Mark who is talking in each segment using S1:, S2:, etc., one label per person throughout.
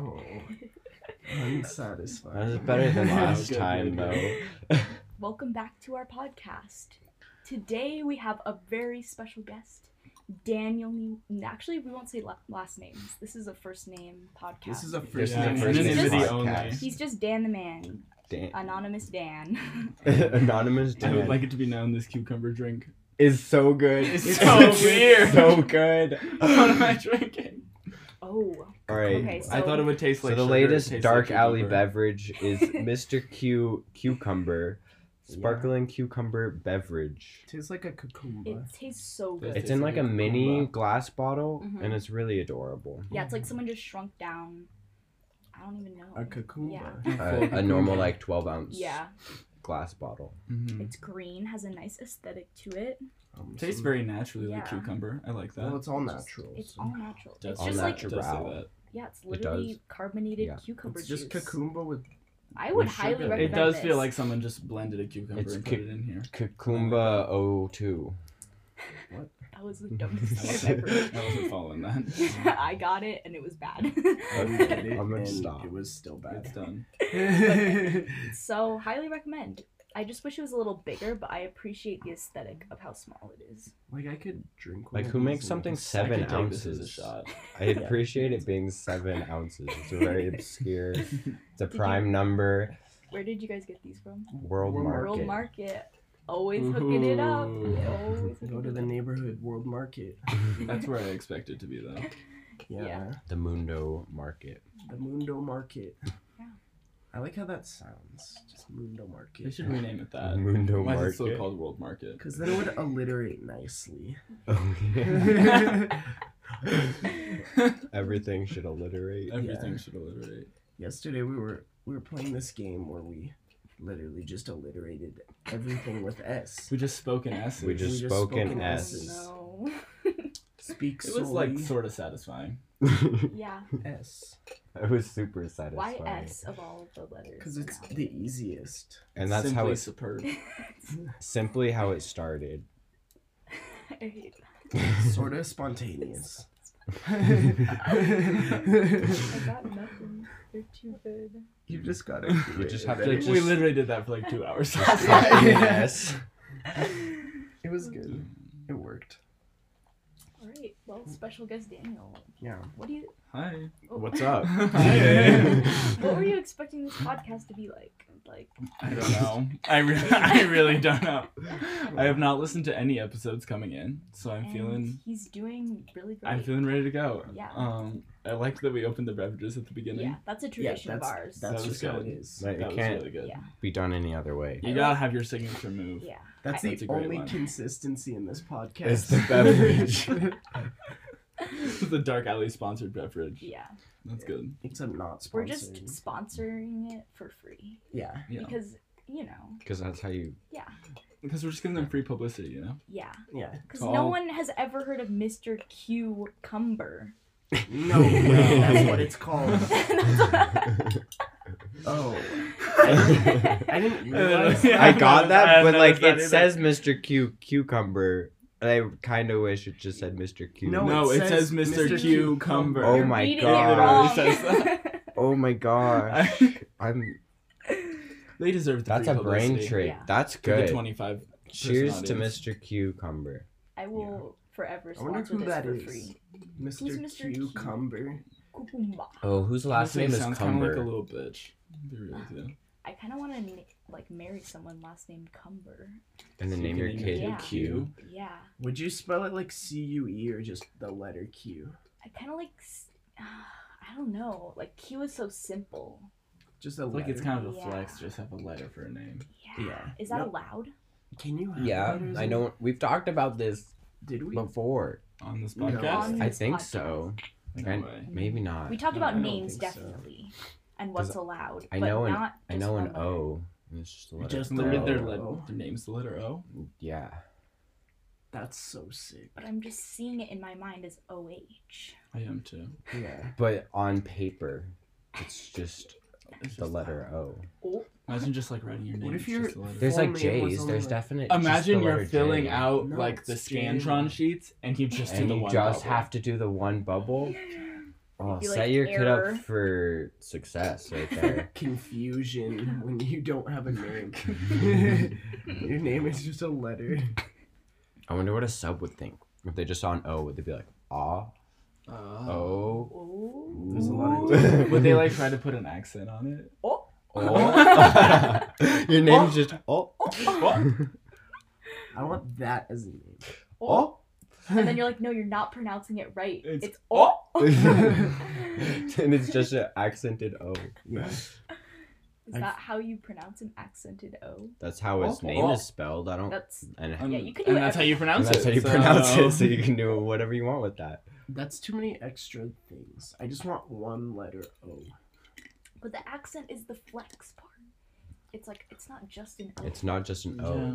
S1: Oh. unsatisfied.
S2: That was better than last
S1: Good, good,
S2: time,
S1: good.
S2: though.
S3: Welcome back to our podcast. Today we have a very special guest, Daniel. Ne- Actually, we won't say la- last names. This is a first name podcast.
S1: This is a
S2: This
S1: first
S2: is
S4: Yeah,
S2: a
S1: name.
S2: first name
S3: anonymity
S2: podcast.
S3: He's just Dan the man,
S2: Dan-
S3: anonymous Dan.
S2: Anonymous
S4: I
S2: Dan
S4: would like it to be known this cucumber drink.
S2: is so good.
S4: It's so weird.
S2: So good.
S4: what am I drinking?
S3: oh,
S2: All right.
S3: Okay, so-
S4: I thought it would taste
S2: So
S4: like
S2: the
S4: sugar, it
S2: latest
S4: tastes
S2: dark
S4: like
S2: alley
S4: cucumber.
S2: beverage is Mr. Q cucumber, sparkling cucumber beverage.
S1: Tastes like a cucumba.
S3: it tastes so
S4: It
S3: good.
S2: It's
S4: tastes
S2: in
S4: like
S2: like a
S4: a
S2: mini uh,
S4: cucumber.
S2: glass bottle,
S3: Mhm.
S2: and it's really adorable.
S3: yeah, it's like someone just shrunk down. I don't even know.
S1: A cucumba.
S4: Yeah.
S2: Uh, a normal like twelve ounce
S3: Yeah,
S2: glass bottle.
S4: Mhm.
S1: Hmm.
S3: it's green, has a nice aesthetic to it.
S1: Um,
S4: tastes
S1: so-
S4: very naturally like
S3: Yeah.
S4: cucumber. I like that.
S1: Well, it's all natural.
S3: It's
S1: so-
S3: all natural. It's
S4: Does-
S3: just
S2: all
S3: like
S2: natural.
S4: does say
S2: Wow.
S4: that.
S3: yeah, it's
S2: does.
S3: literally carbonated
S2: Yeah.
S3: cucumber
S1: It's just
S3: juice.
S1: cucumba with.
S3: I would
S1: with
S3: highly
S1: sugar.
S3: recommend
S4: It does
S3: this.
S4: feel like someone just blended a cucumber
S2: It's
S4: and
S2: cu-
S4: put it in here.
S2: Cucumba O2.
S3: that was the dumbest I've ever.
S4: I wasn't following that.
S3: I got it and it was
S1: We
S3: bad.
S1: did it,
S2: I'm gonna
S1: and
S2: stop.
S1: It was still
S4: it's
S1: bad.
S4: done.
S3: so highly recommend. I just wish it was a little bigger, but I appreciate the aesthetic of how small it is.
S1: like I could drink.
S2: Like,
S1: one of
S2: who
S1: these
S2: makes
S1: and
S2: something
S1: just-
S4: I
S2: Seven
S4: could take this as a
S2: ounces.
S4: shot.
S2: I appreciate it being seven ounces. It's a very obscure. It's a prime number.
S3: Where did you guys get these from?
S2: World,
S1: World
S2: market.
S3: World Market. Always hooking it up.
S4: Ooh.
S3: Always
S1: Go
S3: hooking
S1: to
S3: it
S1: the
S3: up.
S1: neighborhood world market.
S4: That's where I expect it to be though.
S1: Yeah.
S3: Yeah.
S2: The Mundo Market.
S1: The Mundo Market.
S3: Yeah.
S1: I like how that sounds. Just Mundo
S4: They
S1: Market.
S4: should rename it that.
S2: Mundo
S4: Uh, Why
S2: Market.
S4: is it still called World Market?
S1: Because then it would alliterate nicely.
S2: Oh, yeah. Everything should alliterate.
S4: Everything should alliterate.
S1: Yesterday we were we were playing this game where we literally just alliterated everything with S.
S4: We just spoke in S's.
S2: We just spoke in
S1: spoke in
S2: S's.
S1: S's.
S3: Oh,
S1: Speak
S4: It was like
S1: solely
S4: sort of satisfying.
S3: no. yeah.
S1: S.
S2: It was super
S3: Why
S2: satisfying.
S3: S of all of the letters?
S1: Because it's
S3: now?
S1: the easiest.
S2: And that's
S4: Simply
S2: how it's
S4: superb.
S2: simply how it started.
S3: I hate that.
S1: Sort of spontaneous.
S3: I got nothing. They're too good.
S1: you just gotta.
S2: You just have to
S1: It,
S2: just-
S4: we literally did that for like two hours.
S2: yes.
S1: it was good. It worked.
S3: All right. Well, special guest Daniel.
S1: Yeah.
S3: What do you?
S4: Hi.
S3: oh.
S2: What's up?
S3: what were you expecting this podcast to be like? Like,
S4: I don't know. I really, I really don't know. I have not listened to any episodes coming in, so I'm
S3: and
S4: feeling,
S3: He's doing really great.
S4: I'm feeling ready to go.
S3: Yeah.
S4: Um, I like that we opened the beverages at the beginning.
S3: yeah, that's a tradition of
S1: that's-
S3: ours.
S1: That's
S4: That was
S1: just how it
S4: good.
S1: is.
S2: Like,
S4: That
S2: it
S4: was
S2: can't
S4: really good.
S3: Yeah.
S2: be done any other way.
S4: You gotta have your signature move.
S3: yeah.
S1: That's
S4: That's a
S1: the
S4: great
S1: only
S4: line.
S1: consistency in this podcast.
S2: It's the beverage.
S4: the Dark Alley sponsored beverage.
S3: Yeah.
S4: That's good.
S1: Except not sponsored.
S3: We're just sponsoring it for free
S1: yeah.
S4: Yeah.
S3: because you know,
S2: Because that's how you.
S4: Because we're just giving them free publicity, you know?
S3: yeah,
S1: Yeah.
S3: because
S4: So
S3: no
S4: I'll-
S3: one has ever heard of Mr. Q Cumber.
S1: No, way, that's what it's called. Oh, I didn't realize.
S4: Yeah.
S2: I got that,
S4: I
S2: but like
S4: noticed that
S2: it
S4: either.
S2: says Mr. Q cucumber. And I kind of wish it just said Mr. Q.
S1: No,
S4: No, it, says, Mr.
S1: Mr.
S4: Cucumber.
S2: Oh
S3: You're
S2: my
S3: reading it
S2: God.
S3: wrong.
S4: It literally
S2: Oh my gosh. I'm.
S4: they deserve the
S2: That's
S4: free
S2: a brain
S4: publicity.
S2: trait.
S3: Yeah.
S2: That's
S4: To the
S2: good.
S4: 25
S2: Cheers to
S4: personalities.
S2: Mr. Cucumber.
S3: I will forever
S1: I wonder
S3: sponsor
S1: who
S3: this
S1: that
S3: for
S1: is.
S3: free. Who's
S1: Mr.
S3: Mr.
S1: Cucumber.
S3: Cucumba.
S2: Oh, whose last
S4: Honestly,
S2: name
S4: it
S2: is
S4: sounds
S2: Cumber?
S4: Kind of like a little bitch. Be real with you.
S3: I kind of want to na- like marry someone last name Cumber.
S2: and then
S4: So you
S2: name
S4: can
S2: your kid
S3: your kid
S2: Q.
S3: Yeah,
S1: Would you spell it like C U E or just the letter Q?
S3: I kind of like. s- uh, I don't know. Like Q is so simple.
S1: Just a
S4: It's
S1: letter.
S4: like it's kind of a
S3: Yeah.
S4: flex. Just have a letter for a name.
S3: Yeah.
S1: Yeah.
S3: Is that
S1: Yep.
S3: allowed?
S1: Can you? have
S2: Yeah,
S1: letters
S2: I
S1: in-
S2: know. We've talked about this
S1: Did we?
S2: before.
S4: On this
S1: No.
S4: podcast?
S3: On
S2: I
S3: this
S2: think
S3: podcast.
S2: so. Like,
S4: No
S2: I,
S4: way.
S2: maybe not.
S3: We talked
S4: No,
S3: about
S4: I don't
S3: names
S1: think so.
S3: definitely, and what's
S2: 'Cause
S3: allowed.
S2: I
S3: but
S2: know an-
S3: not
S2: I
S3: just
S2: know an
S3: one letter.
S2: O. and It's just the letter.
S1: Just
S4: And their, their,
S2: O.
S1: letter.
S4: le- their name's the letter O.
S2: Yeah.
S1: That's so sick.
S3: But I'm just seeing it in my mind as O H.
S4: I am too.
S1: Yeah.
S2: But on paper, it's just
S4: It's
S2: the
S4: just-
S2: letter O.
S3: Oh,
S4: Imagine just like writing your name.
S1: What if
S4: it's
S1: you're-
S4: just the letter
S2: There's
S1: If
S2: like
S1: only it was
S2: J's.
S1: only
S2: There's
S1: like-
S2: definitely. just the
S4: Imagine you're
S2: letter
S4: filling
S2: J.
S4: out
S1: No,
S4: like the
S1: it's J.
S4: Scantron sheets, and you just do
S2: and
S4: the
S2: you
S4: one.
S2: just
S4: bubble.
S2: have to do the one bubble. Oh,
S3: be
S2: set
S3: like
S2: your kid
S3: error.
S2: up for success right there.
S1: Confusion when you don't have a name. Your name is just a letter.
S2: I wonder what a sub would think if they just saw an O. Would they be like, ah, oh,
S3: Oh.
S1: There's a lot of-
S2: Ooh.
S4: Would they like try to put an accent on it?
S3: Oh.
S2: oh? Your name's just oh,
S1: I want that as a name.
S2: oh.
S3: And then you're like, no, you're not pronouncing it right.
S4: It's
S3: It's,
S4: oh.
S3: oh.
S2: and it's just an accented O.
S1: Yeah.
S3: Is
S1: I've-
S3: that how you pronounce an accented O?
S2: That's how its
S4: Oh.
S2: name is spelled. I don't.
S3: That's
S2: And,
S4: Um,
S3: Yeah, you can do
S4: and that's how you
S2: and
S4: pronounce
S2: that's
S4: it.
S2: how you
S4: so-
S2: pronounce it, so you can do whatever you want with that.
S1: That's too many extra things. I just want one letter O.
S3: but the accent is the flex part. It's like it's not just an O.
S2: It's not just an O.
S4: Yeah.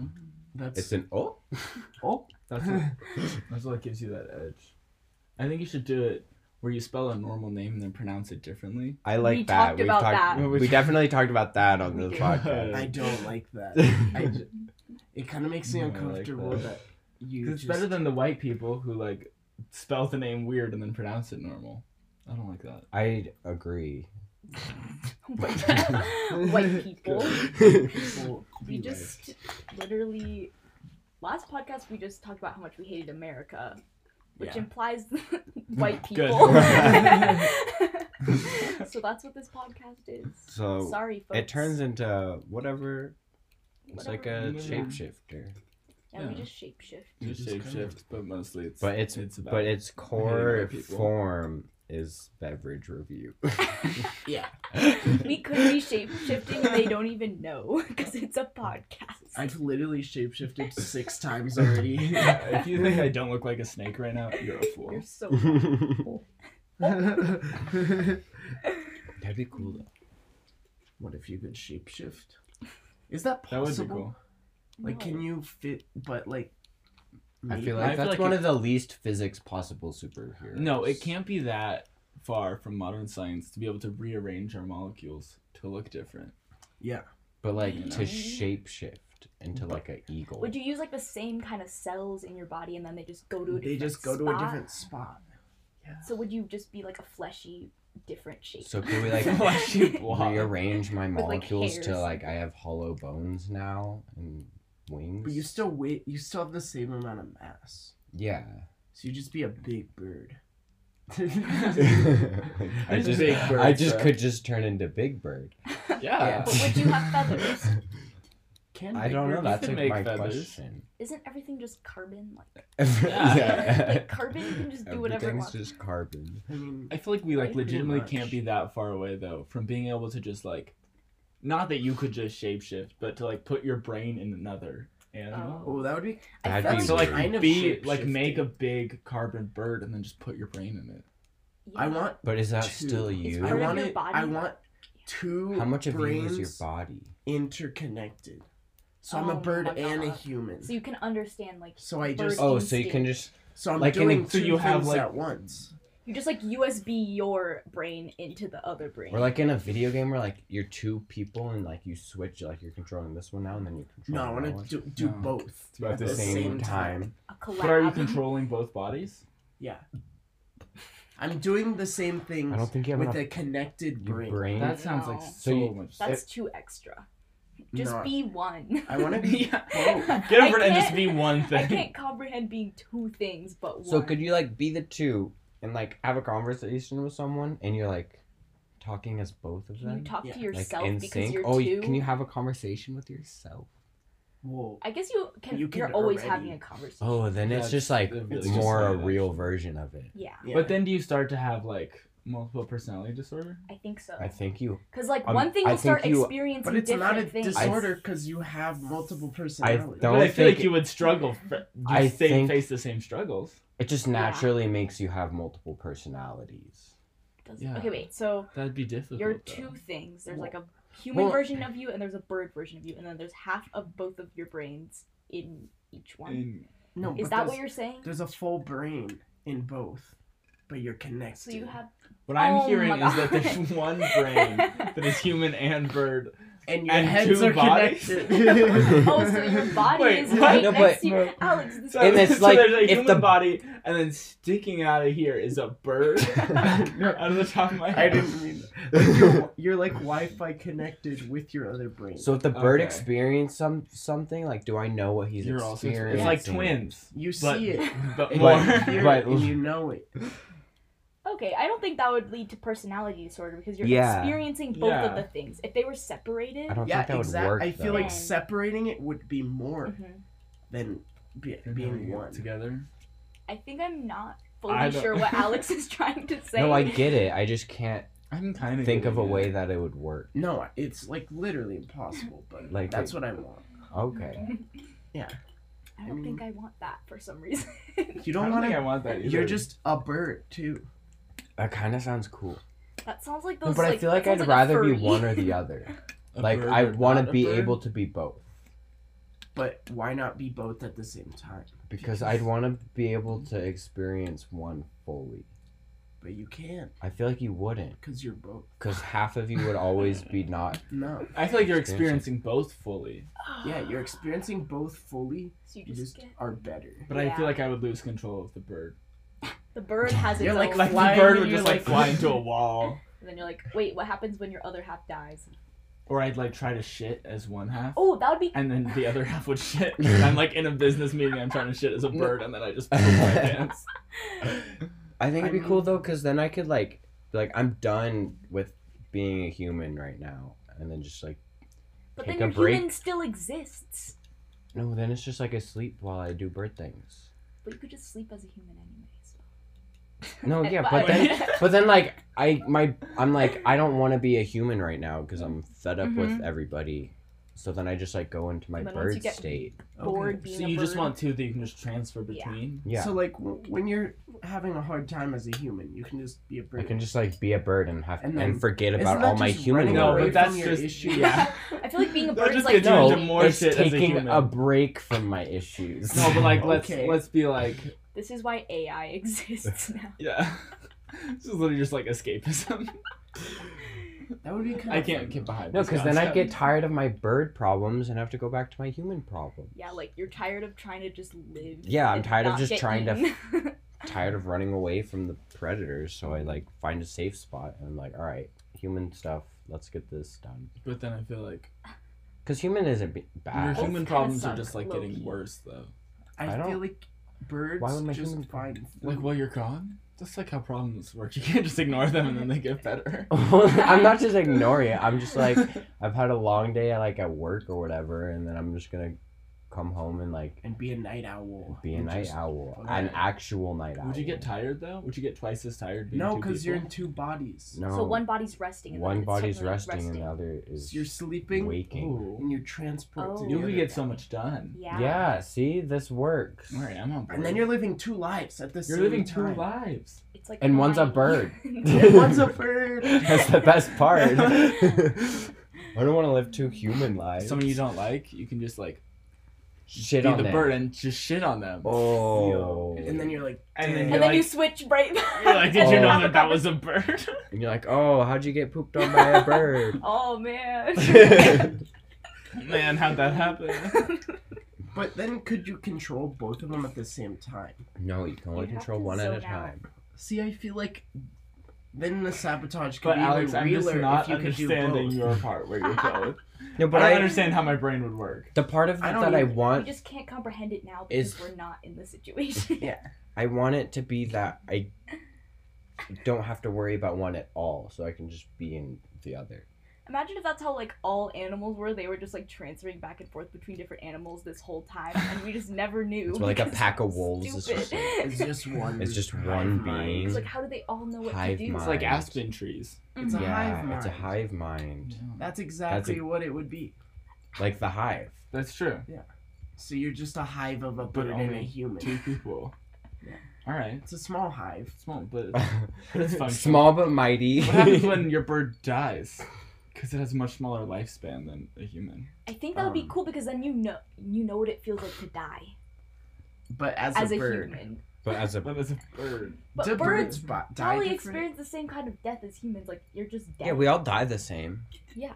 S1: That's
S2: It's an O.
S1: O.
S4: That's what, that's what gives you that edge. I think you should do it where you spell a normal name and then pronounce it differently.
S2: I like
S3: We
S2: that.
S3: talked about
S4: that.
S2: We definitely talked about that on
S3: We
S2: the
S3: did.
S1: I
S2: podcast.
S1: don't like that. I
S2: I,
S1: ju- it kind of makes me
S4: No, I like
S1: uncomfortable
S4: that.
S1: that. you
S4: 'Cause
S1: just
S4: it's better than the white people who like spell the name weird and then pronounce it normal. I don't like that.
S2: agree.
S3: White, white people.
S1: people be
S3: We just literally last podcast we just talked about how much we hated America, which
S1: Yeah.
S3: implies white
S4: Good.
S3: people. so that's what this podcast is.
S1: Oh,
S2: so
S3: Sorry, folks.
S2: it turns into whatever. It's like
S3: Whatever.
S2: a
S4: Yeah.
S2: shapeshifter,
S3: Yeah, we
S4: Yeah.
S3: just shapeshift.
S1: You
S4: Just
S1: just
S4: shape
S1: kinda-
S4: shift, but mostly it's
S2: but it's,
S4: it's about
S2: but its core
S4: white people.
S2: form is beverage review.
S1: Yeah.
S3: We could be shapeshifting and they don't even know because it's a podcast.
S1: I've literally shapeshifted six times already.
S4: Yeah, if you think I don't look like a snake right now, you're a
S3: You're
S4: fool.
S3: so
S1: what
S2: That'd be cool though.
S1: if you could shapeshift? Is that
S4: That
S1: possible?
S4: would be cool.
S1: Like, can you fit? But like,
S2: I
S1: me?
S2: feel
S4: I
S2: like
S4: feel
S2: that's
S4: like
S2: one
S4: it-
S2: of the least physics possible superheroes.
S4: No, it can't be that far from modern science to be able to rearrange our molecules to look different.
S1: yeah.
S2: But like
S4: You
S2: to
S3: know?
S2: shapeshift into like an eagle.
S3: Would you use like the same kind of cells in your body and then they just go to a
S1: They
S3: different
S1: just go to
S3: spot?
S1: a different spot.
S3: So would you just be like a fleshy, different shape?
S2: so could we like
S4: Fleshy blob.
S2: rearrange my
S3: With, like,
S2: molecules to
S3: hairs.
S2: like I have hollow bones now and wings?
S1: But you still wait. You still have the same amount of mass.
S2: yeah.
S1: So you just be a big bird.
S2: I just
S4: Big bird,
S2: I just
S4: bro.
S2: could just turn into Big Bird.
S4: Yeah.
S1: Yeah.
S3: But would you have feathers?
S1: Can
S2: I don't know.
S4: You
S2: That's
S4: can
S2: like
S4: make
S2: my
S4: feathers.
S2: question.
S3: Isn't everything just carbon? Like,
S4: Yeah.
S3: like carbon can just do whatever it
S2: Everything's
S3: wants.
S2: just carbon.
S1: I mean,
S4: I feel like we like
S1: Pretty
S4: legitimately
S1: much.
S4: can't be that far away though from being able to just like, not that you could just shapeshift, but to like put your brain in another animal.
S1: oh, that would be.
S3: I
S2: That'd
S3: feel
S2: be
S4: So
S2: weird.
S4: like
S1: Kind of
S4: be like make a
S1: shape-shifting.
S4: big carbon bird and then just put your brain in it.
S3: Yeah.
S1: I want.
S2: But is that
S1: two-
S2: still
S3: It's
S2: you?
S1: I
S3: part of
S1: want
S3: your
S1: it.
S3: body.
S1: I want two.
S2: How much of you
S1: brains
S2: is your body?
S1: interconnected. So I'm
S3: Oh
S1: a bird
S3: my
S1: and a
S3: God.
S1: human.
S3: So you can understand like
S1: So I
S3: Bird.
S1: just.
S2: Oh, so you can
S3: Instinct.
S2: just
S1: So I'm
S2: Like in a-
S1: doing
S4: so
S1: two
S4: you
S1: things
S4: have, like-
S1: at once.
S3: you just like USB your brain into the other brain.
S2: Or like in a video game where like you're two people and like you switch like you're controlling this one now and then you're
S1: No,
S2: controlling
S1: I
S2: that
S1: want
S2: one.
S1: to do, do
S4: No.
S1: both
S2: at the same, time.
S3: a
S4: But are you
S3: collab.
S4: controlling both bodies?
S1: Yeah. I'm doing the same things
S2: I don't think you have
S1: with
S2: enough
S1: a connected
S2: your
S1: brain.
S2: brain.
S4: That sounds like
S3: No.
S4: so,
S2: So you-
S4: much.
S3: That's too extra. Just
S1: No.
S3: be one.
S1: I want to be.
S4: Yeah.
S1: both.
S4: Get
S3: I
S4: over it and just
S3: can't-
S4: be one
S3: I
S4: thing.
S3: can't comprehend being two things but one.
S2: So could you like be the two and like have a conversation with someone and you're like talking as both of
S3: Can
S2: them?
S3: you talk
S1: Yeah.
S3: to
S2: like
S3: yourself
S2: in
S3: because
S2: sync?
S3: you're
S2: Oh,
S3: two?
S2: you can you have a conversation with yourself?
S1: Whoa.
S3: I guess you can.
S1: You
S3: You
S1: can
S3: are always
S1: already-
S3: having a conversation.
S2: Oh, then
S4: Yeah,
S2: it's
S4: it's-
S2: just like
S4: it
S1: really
S2: more
S4: just
S2: a
S4: like-
S2: real version of it.
S3: Yeah,
S1: Yeah.
S4: But then do you start to have like multiple personality disorder?
S3: I think so.
S2: I think you.
S3: Because like
S2: Um,
S3: one thing
S2: I
S3: will start
S2: think you-
S3: experiencing
S1: But it's
S3: different
S1: not a
S3: things.
S1: disorder because you have multiple personalities.
S2: don't-
S4: But I feel like
S2: think-
S4: you would struggle. fr- You
S2: I
S4: say-
S2: think-
S4: face the same struggles.
S2: It just
S3: Yeah.
S2: naturally makes you have multiple personalities.
S3: Does-
S4: Yeah.
S3: Okay, wait. So
S4: That'd be difficult.
S3: you're
S4: though.
S3: two things. There's like a human
S2: Well-
S3: version of you, and there's a bird version of you, and then there's half of both of your brains in each one.
S4: And-
S1: No,
S3: Is
S1: but
S3: that
S1: there's,
S3: what you're saying?
S1: There's a full brain in both, but you're connected.
S3: So you have.
S4: What I'm
S3: Oh
S4: hearing
S3: my
S4: is that
S3: God.
S4: there's one brain that is human and bird
S1: and your
S4: And
S1: heads
S4: two
S1: are
S4: bodies?
S1: connected.
S3: Oh, so your body
S4: Wait,
S3: is
S4: what?
S3: right
S2: No,
S3: next
S2: but-
S3: to you. Alex, this
S4: So,
S2: And it's
S4: so
S2: like,
S4: there's a
S2: if
S4: human
S2: the-
S4: body, and then sticking out of here is a bird. out of the top of my
S1: I
S4: head.
S1: didn't mean that. You're, you're like Wi-Fi connected with your other brain.
S2: So if the bird
S4: Okay.
S2: experienced some something, like do I know what he's
S4: You're also.
S2: experiencing?
S4: It's like twins,
S1: you
S4: but
S1: see it,
S4: but
S1: and
S4: more.
S1: you hear
S2: But-
S1: it, and you know it.
S3: Okay, I don't think that would lead to personality disorder because you're
S2: Yeah.
S3: experiencing both
S4: Yeah.
S3: of the things. If they were separated,
S2: I don't
S1: Yeah,
S2: think that would
S1: exactly.
S2: work.
S1: I feel
S2: though.
S1: like separating it would be more
S3: Mhm.
S1: than be,
S4: They're
S1: being
S4: never
S1: one.
S4: together.
S3: I think I'm not fully
S4: I don't-
S3: sure what Alex is trying to say.
S2: no, I get it. I just can't
S4: I can kind of
S2: think of a way that it would work.
S1: No, it's like literally impossible. But
S2: Like-
S1: like that's what I want.
S2: Okay.
S3: I don't think I want that for some reason.
S1: You
S4: I
S1: don't
S4: don't
S1: want
S4: think I
S1: to.
S4: want that. Either.
S1: You're just a bird too.
S2: That kind of sounds cool.
S3: that sounds like
S2: No,
S3: those.
S2: but I feel like I'd rather be one or the other.
S4: A
S2: like
S4: bird
S2: I
S4: or
S2: want
S4: not
S2: to
S4: a
S2: be
S4: bird?
S2: able to be both
S1: But why not be both at the same time?
S2: because I'd want to be able to experience one fully.
S1: But you can't
S2: I feel like you wouldn't
S1: because you're both.
S2: because half of you would always be not.
S1: No.
S4: I feel like you're
S2: Experiencing.
S4: experiencing both fully,
S1: Yeah, you're experiencing both fully.
S3: So you
S1: You just
S3: just, get
S1: are better.
S4: but I
S3: Yeah.
S4: feel like I would lose control of the bird.
S3: the bird has its
S1: You're
S3: own.
S1: like-
S4: Like
S1: Flying
S4: the bird would
S1: and
S4: just
S1: you're
S4: like
S1: like-
S4: fly into a wall,
S3: and then you're like, wait, what happens when your other half dies?
S4: or I'd like try to shit as one half.
S3: Oh, that would be.
S4: And then the other half would shit. And I'm like in a business meeting, I'm trying to shit as a bird, and then I just poop my pants.
S2: I think
S1: I
S2: it'd be
S1: mean-
S2: cool though because then I could like be like I'm done with being a human right now and then just like
S3: But
S2: Take
S3: then your
S2: a break.
S3: human still exists.
S2: no then it's just like I sleep while I do bird things.
S3: But you could just sleep as a human anyways.
S2: No,
S3: And-
S2: Oh, yeah,
S3: but
S2: but
S3: I-
S2: then, but then, like, I, my, I'm like, I don't want to be a human right now because I'm fed up with
S3: Mhm.
S2: everybody. So then I just like go into my
S3: And then once you
S2: bird
S3: get-
S2: state.
S3: Bored being
S4: So
S3: a
S4: you just
S3: bird.
S4: want two that you can just transfer
S3: Yeah.
S4: between.
S2: Yeah,
S1: So like w- when you're having a hard time as a human, you can just be a
S2: I
S1: bird.
S2: can just like be a bird and have
S1: And
S2: and,
S1: then-
S2: forget
S1: Isn't
S2: about
S1: that
S2: all my
S1: just
S2: human
S1: running away
S4: No, but
S2: worries.
S1: from
S4: that's
S1: your
S4: just-
S1: issues?
S4: yeah.
S3: I feel like being a
S4: That
S3: bird is
S4: just
S3: like
S4: gets you into
S3: no,
S4: more
S2: it's
S4: shit as a
S2: taking
S4: human.
S2: a, break from my issues.
S4: No, but like let's
S1: Okay.
S4: let's be like
S3: This is why AI exists now.
S4: yeah. This is literally just like escapism.
S1: That would be kind
S4: I
S1: of
S4: can't
S1: fun.
S4: get behind.
S2: no,
S4: this
S2: because then I
S4: concept.
S2: get tired of my bird problems and have to go back to my human problems.
S3: Yeah, like you're tired of trying to just live.
S2: Yeah, I'm
S3: and
S2: tired of
S3: not
S2: just
S3: get
S2: trying to-
S3: eaten.
S2: tired of running away from the predators, so I like find a safe spot and I'm like, all right, human stuff. Let's get this done.
S4: But then I feel like
S2: Because human isn't b-
S4: your
S2: bad.
S3: It's
S4: human
S3: kinda
S4: problems are
S3: suck,
S4: just like
S3: low-key.
S4: getting worse though.
S1: I,
S2: I don't-
S1: feel like birds
S2: Why would my
S1: just
S2: human-
S1: find
S4: Like while you're gone, that's like how problems work. You can't just ignore them and then they get better.
S2: I'm not just ignoring it. I'm just like, I've had a long day like at work or whatever, and then I'm just gonna come home and like
S1: and be a night owl.
S2: be a
S1: and
S2: night
S1: just-
S2: owl,
S1: Okay.
S2: an actual night owl.
S4: Would you get tired though? Would you get twice as tired? Being
S1: No,
S4: because
S1: because you're in two bodies.
S2: No.
S3: So one body's resting. And the
S2: one
S3: other's
S2: body's
S3: technically
S2: resting, and the other is
S1: You're sleeping
S2: waking.
S1: and you're transported.
S3: Oh.
S1: to the
S4: You could
S1: other
S4: get so
S1: guy.
S4: much done.
S3: Yeah.
S2: Yeah. See, this works.
S4: All right, I'm on board.
S1: And then you're living two lives at the
S4: you're
S1: same
S4: living two
S1: time.
S4: lives.
S3: It's like
S2: And one's a
S3: mine.
S2: bird.
S1: And One's a bird.
S2: That's the best part. I don't want to live two human lives.
S4: Someone you don't like, you can just like
S2: shit
S4: be
S2: on
S4: the
S2: them.
S4: bird and just shit on them.
S2: Oh.
S1: And then you're like,
S4: And then
S3: and
S1: "Dang."
S3: then
S4: You're
S3: you
S4: like-
S3: switch right back.
S4: You're like, did you
S2: Oh.
S4: know that that was a bird?
S2: And you're like, oh, how'd you get pooped on by a bird?
S3: Oh man.
S4: Man, how'd that happen?
S1: But then could you control both of them at the same time?
S2: no, you can only
S3: You'd have
S2: control
S3: to
S2: one at a
S3: zone out.
S2: time.
S1: See, I feel like then the sabotage could
S4: But
S1: be
S4: Alex,
S1: even
S4: I'm
S1: realer
S4: just not
S1: if you could do
S4: understanding
S1: both.
S4: your part where you're going.
S2: No,
S4: But
S2: but
S4: I
S2: I,
S4: don't understand how my brain would work.
S2: the part of
S1: I
S2: it
S1: don't
S2: that I
S1: even-
S3: we
S2: want,
S3: just can't comprehend it now because
S2: Is-
S3: we're not in the situation.
S2: I want it to be that I don't have to worry about one at all, so I can just be in the other.
S3: Imagine if that's how like all animals were. They were just like transferring back and forth between different animals this whole time, and we just never knew.
S2: It's like a
S3: because
S2: pack of
S3: we're
S2: wolves. It's
S3: stupid.
S2: just like-
S1: It's just one.
S2: It's just
S1: hive
S2: one
S1: mind.
S2: being.
S3: It's like how do they all know what
S2: Hive
S3: to do?
S4: It's
S2: mind.
S4: like aspen trees.
S1: It's a
S3: Mhm.
S2: yeah,
S1: hive
S2: it's a
S1: mind.
S2: hive mind,
S1: That's exactly what it would be.
S2: like the hive.
S4: That's true.
S1: So you're just a hive of a
S4: But
S1: bird and a
S4: only
S1: human.
S4: Two people.
S1: Yeah.
S4: All right.
S1: It's a small hive.
S4: Small, but it's- it's functional.
S2: Small but mighty.
S4: What happens when your bird dies? Because it has a much smaller lifespan than a human.
S3: I think that would be
S1: Um,
S3: cool because then you know you know what it feels like to die
S1: But as,
S3: as
S1: a,
S3: a,
S1: bird,
S3: human.
S2: but as a
S4: But as a bird,
S3: But
S1: do
S3: birds
S1: birds bi- die
S3: probably
S1: different?
S3: experience the same kind of death as humans. Like you're just dead.
S2: yeah, we all die the same.
S3: Yeah.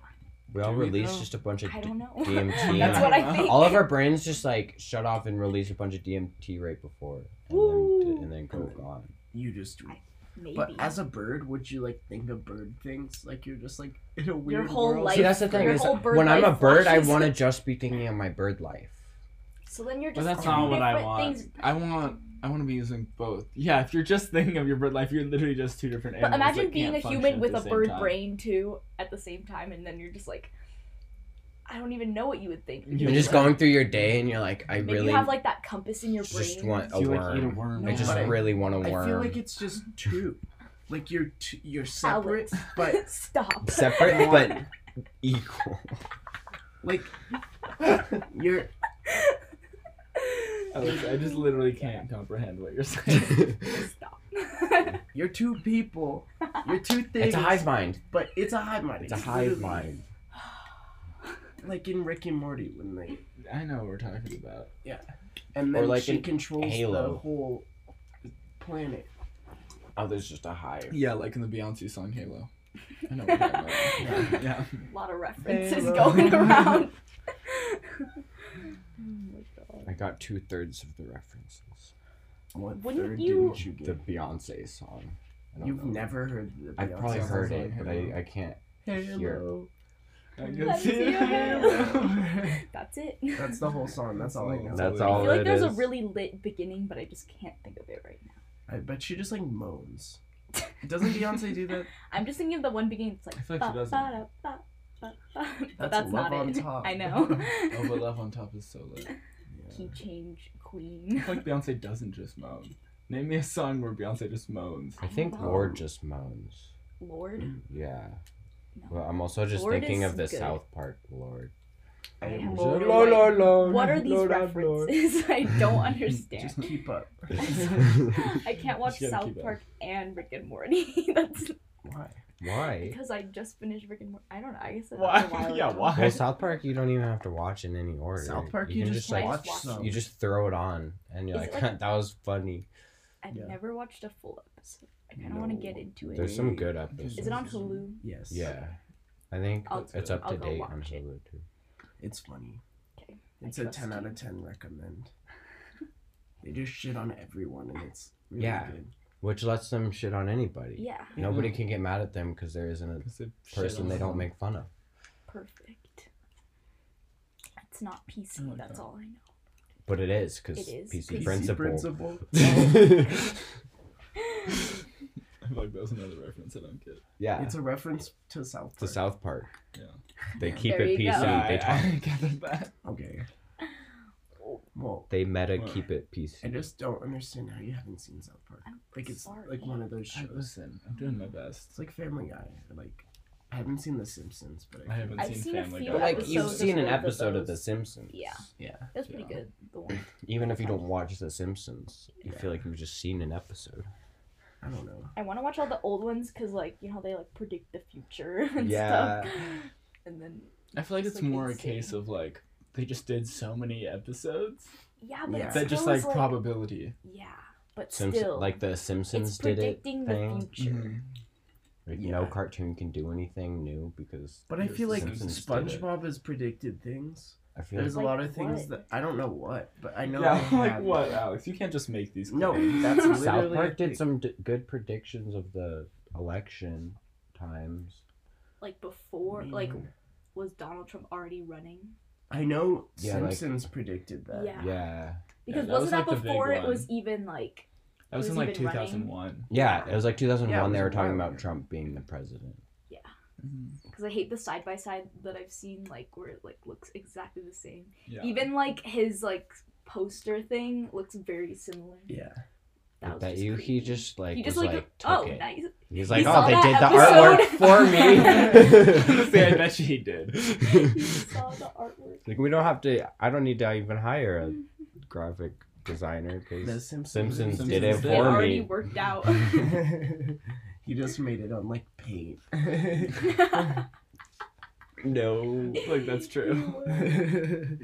S2: We all
S4: Do we,
S2: release
S4: though?
S2: just a bunch of
S3: I
S2: d-
S3: don't know.
S2: DMT.
S3: That's what I think.
S2: all of our brains just like shut off and release a bunch of DMT right before, and then,
S3: Woo.
S2: and then go on.
S1: You just do.
S3: Maybe.
S1: But as a bird, would you like think of bird things? Like you're just like in a weird
S3: whole
S1: world.
S3: life-
S2: See, that's the thing
S3: your
S2: is,
S3: whole bird
S2: when I'm a
S3: life
S2: bird, I
S3: flashes.
S2: want to just be thinking of my bird life.
S3: so then you're
S4: But
S3: just.
S4: that's
S3: doing
S4: not what I
S3: different
S4: want.
S3: Things.
S4: I want I want to be using both. Yeah, if you're just thinking of your bird life, you're literally just two different
S3: But
S4: animals.
S3: imagine
S4: that
S3: being
S4: can't
S3: a
S4: function
S3: human
S4: at
S3: with
S4: the
S3: a
S4: same
S3: bird
S4: time.
S3: brain too at the same time, and then you're just like, I don't even know what you would think.
S4: You're
S2: You're
S3: because,
S2: just
S3: like,
S2: going through your day, and you're like, I
S3: Maybe
S2: really
S3: you have like that compass in your brain.
S2: just want
S4: Do
S2: a
S4: you like eat a
S2: worm.
S4: worm?
S2: I
S3: No.
S2: just
S1: But I-
S2: really want a
S1: I feel
S2: worm.
S1: like it's just two. Like you're t- you're separate,
S3: Alex.
S1: but
S3: Stop.
S2: Separate but equal.
S1: like you're
S4: Alex, I just literally can't comprehend what you're saying.
S3: Stop.
S1: you're two people. You're two things.
S2: it's a hive mind.
S1: but it's a hive mind.
S2: It's a hive
S1: literally
S2: mind.
S1: Like in Rick and Morty when they
S4: I know what we're talking about.
S1: and then
S2: Or like
S1: she
S2: in
S1: controls
S2: Halo.
S1: the whole planet.
S2: Oh, there's just a hive.
S4: Yeah, like in the Beyonce song Halo. I know what we're talking about. Yeah. yeah.
S3: A lot of references
S1: Hello.
S3: going around. oh
S2: I got two thirds of the references.
S1: What
S3: Wouldn't
S1: third
S3: you-
S1: didn't you
S2: The
S1: get?
S2: Beyonce song. I don't
S1: You've
S2: know.
S1: never heard the
S2: I've
S1: Beyonce
S2: probably
S1: song?
S2: heard
S4: song
S2: it, but
S4: Halo.
S2: I, I can't.
S1: Halo.
S4: I
S3: Let
S4: can
S3: me
S4: see
S3: see
S4: a
S3: your
S4: halo.
S3: my god. That's it.
S1: That's the whole song. That's all I know.
S2: That's
S3: I
S2: all
S3: feel like
S2: it
S3: there's a
S2: is.
S3: really lit beginning, but I just can't think of it right now.
S1: I bet she just like moans. Doesn't Beyonce do that?
S3: I'm just thinking of the one beginning. It's like.
S4: I feel like she
S3: ba,
S4: doesn't.
S3: ba, da, ba, ba, ba.
S1: That's
S3: But that's
S1: Love
S3: not
S1: on
S3: it.
S1: Top.
S3: I know.
S4: Oh, but Love on Top is so lit.
S3: Key change
S4: I
S3: queen.
S4: feel like Beyonce doesn't just moan. Name me a song where Beyonce just moans.
S2: I think
S3: Oh, Wow.
S2: Lord just moans.
S3: Lord.
S2: Yeah.
S3: No.
S2: But I'm also just
S3: Lord
S2: thinking
S3: is
S2: of the
S3: good.
S2: South Park Lord.
S1: I
S3: I
S1: am
S3: have
S1: Lord.
S3: no idea. What are these references? I don't understand.
S1: Just keep up.
S3: I can't watch
S4: gotta
S3: South
S4: keep up.
S3: Park and Rick and Morty. That's
S1: Why?
S2: Why?
S3: because I just finished Rick and Morty. I don't know. I guess that
S4: Why?
S3: was a while
S4: Yeah,
S3: ago.
S4: why?
S2: Well, South Park, you don't even have to watch in any order.
S1: South Park, you,
S2: can
S1: just,
S3: like,
S1: watch
S3: watch
S1: some.
S2: You just throw it on, and you're
S3: Is it
S2: like,
S3: like-
S2: that was funny.
S3: I've
S1: Yeah.
S3: never watched a full episode. I kind of want to
S1: No.
S3: get into it.
S2: There's some good episodes.
S3: Is it on Hulu?
S1: yes.
S2: Yeah. I think
S3: I'll-
S2: it's up to
S3: I'll go
S2: date on
S3: watch it.
S2: Hulu too.
S1: It's funny.
S3: Okay.
S1: It's
S3: I
S1: a
S3: trust
S1: 10 out
S3: you.
S1: of 10 recommend. They just shit on everyone and it's really
S2: Yeah.
S1: good.
S2: Which lets them shit on anybody.
S3: Yeah,
S2: Nobody
S1: Mm-hmm.
S2: can get mad at them because there isn't
S4: Because they
S2: a
S4: shit
S2: person
S4: on
S2: they don't
S4: them.
S2: make fun of.
S3: perfect. It's not PC.
S4: I
S2: Oh
S4: like
S3: that's
S4: that.
S3: all I know.
S2: But it is because
S3: It is.
S2: PC,
S3: PC
S2: principle.
S1: Principal.
S4: I feel like that was another reference I don't get.
S2: yeah,
S1: It's a reference to South Park.
S2: to South Park.
S4: Yeah.
S2: They keep
S3: There
S2: it
S3: you
S2: PC.
S3: go.
S4: Yeah,
S2: They
S4: I,
S2: talk.
S4: I gathered that.
S1: Okay.
S3: Oh.
S1: Well,
S2: They meta
S4: Well,
S2: keep it PC.
S1: I just don't understand how you haven't seen South Park.
S3: I'm
S1: Like it's
S3: sorry.
S1: like one of those
S4: I,
S1: shows.
S4: listen, I'm doing my best.
S1: It's like Family Guy. Like I haven't seen The Simpsons, but
S4: I
S1: I,
S4: haven't
S3: I've
S4: seen,
S3: seen a
S4: Family
S3: few
S4: Guy.
S2: But like you've
S3: Episodes of
S2: seen an
S3: both of
S2: episode of The
S3: those.
S2: Simpsons.
S3: Yeah.
S1: yeah.
S3: That was pretty
S4: Yeah.
S3: good. The one.
S2: Even if you don't watch The Simpsons, you
S1: Yeah.
S2: feel like you've just seen an episode.
S1: I don't know.
S3: I want to watch all the old ones because, like, you know, how they like predict the future and stuff. And then,
S4: I feel like
S3: It's,
S4: it's
S3: like,
S4: more a
S3: insane.
S4: case of like they just did so many episodes
S3: yeah,
S1: Yeah.
S3: but
S1: That
S3: it
S4: that just
S3: still
S4: like,
S3: is, like
S4: probability.
S3: Yeah, but
S2: Simpson,
S3: still,
S2: like The
S3: it's
S2: Simpsons did it
S3: predicting the
S2: thing.
S3: future.
S4: Mm-hmm.
S2: Like, No
S1: Yeah.
S2: cartoon can do anything new because
S1: But I
S4: Yes,
S1: feel
S4: The
S1: like
S2: Simpsons did it.
S1: SpongeBob has predicted things.
S2: I feel like
S1: There's a lot of
S3: Like
S1: things
S3: what?
S1: that I don't know what, but I know.
S4: yeah,
S1: they
S4: like
S1: have
S4: what,
S1: them.
S4: Alex? You can't just make these.
S1: No,
S4: claims.
S1: that's literally.
S2: South Park
S1: a
S2: did
S1: thing.
S2: some d- good predictions of the election times.
S3: Like before,
S1: Man.
S3: like
S2: Mm-hmm.
S3: was Donald Trump already running?
S1: I know
S2: Yeah, like-
S1: Simpsons predicted that.
S3: Yeah.
S2: Yeah.
S3: Because
S4: that was,
S3: wasn't that
S4: like, the big
S3: before it
S4: one.
S3: was even like
S4: that was
S3: Who's
S4: in like
S3: even running?
S4: 2001.
S2: Yeah, it was like 2001.
S1: Yeah, it was
S2: they
S1: a
S2: were talking
S1: while ago.
S2: about Trump being the president.
S4: Mm-hmm.
S3: because I hate the side by side that I've seen like where it like looks exactly the same.
S4: Yeah.
S3: Even like his like poster thing looks very similar.
S1: Yeah.
S3: That
S2: Like
S3: was
S2: that
S3: just
S2: you, he
S3: creepy.
S2: just like
S3: he just
S2: was
S3: like,
S2: like, took
S3: oh
S2: it.
S3: nice.
S2: He's like,
S3: saw
S2: oh, they
S3: that
S2: did the artwork
S3: episode."
S2: for me.
S4: See, I bet she did.
S3: He saw the artwork.
S2: like we don't have to. I don't need to even hire a graphic designer
S1: The
S2: because
S1: Simpsons,
S2: Simpsons
S4: Simpsons
S2: did it
S4: did
S3: They
S4: it.
S2: for
S3: already
S2: me.
S3: worked out.
S1: he just made it on like paint.
S2: No.
S4: like that's true.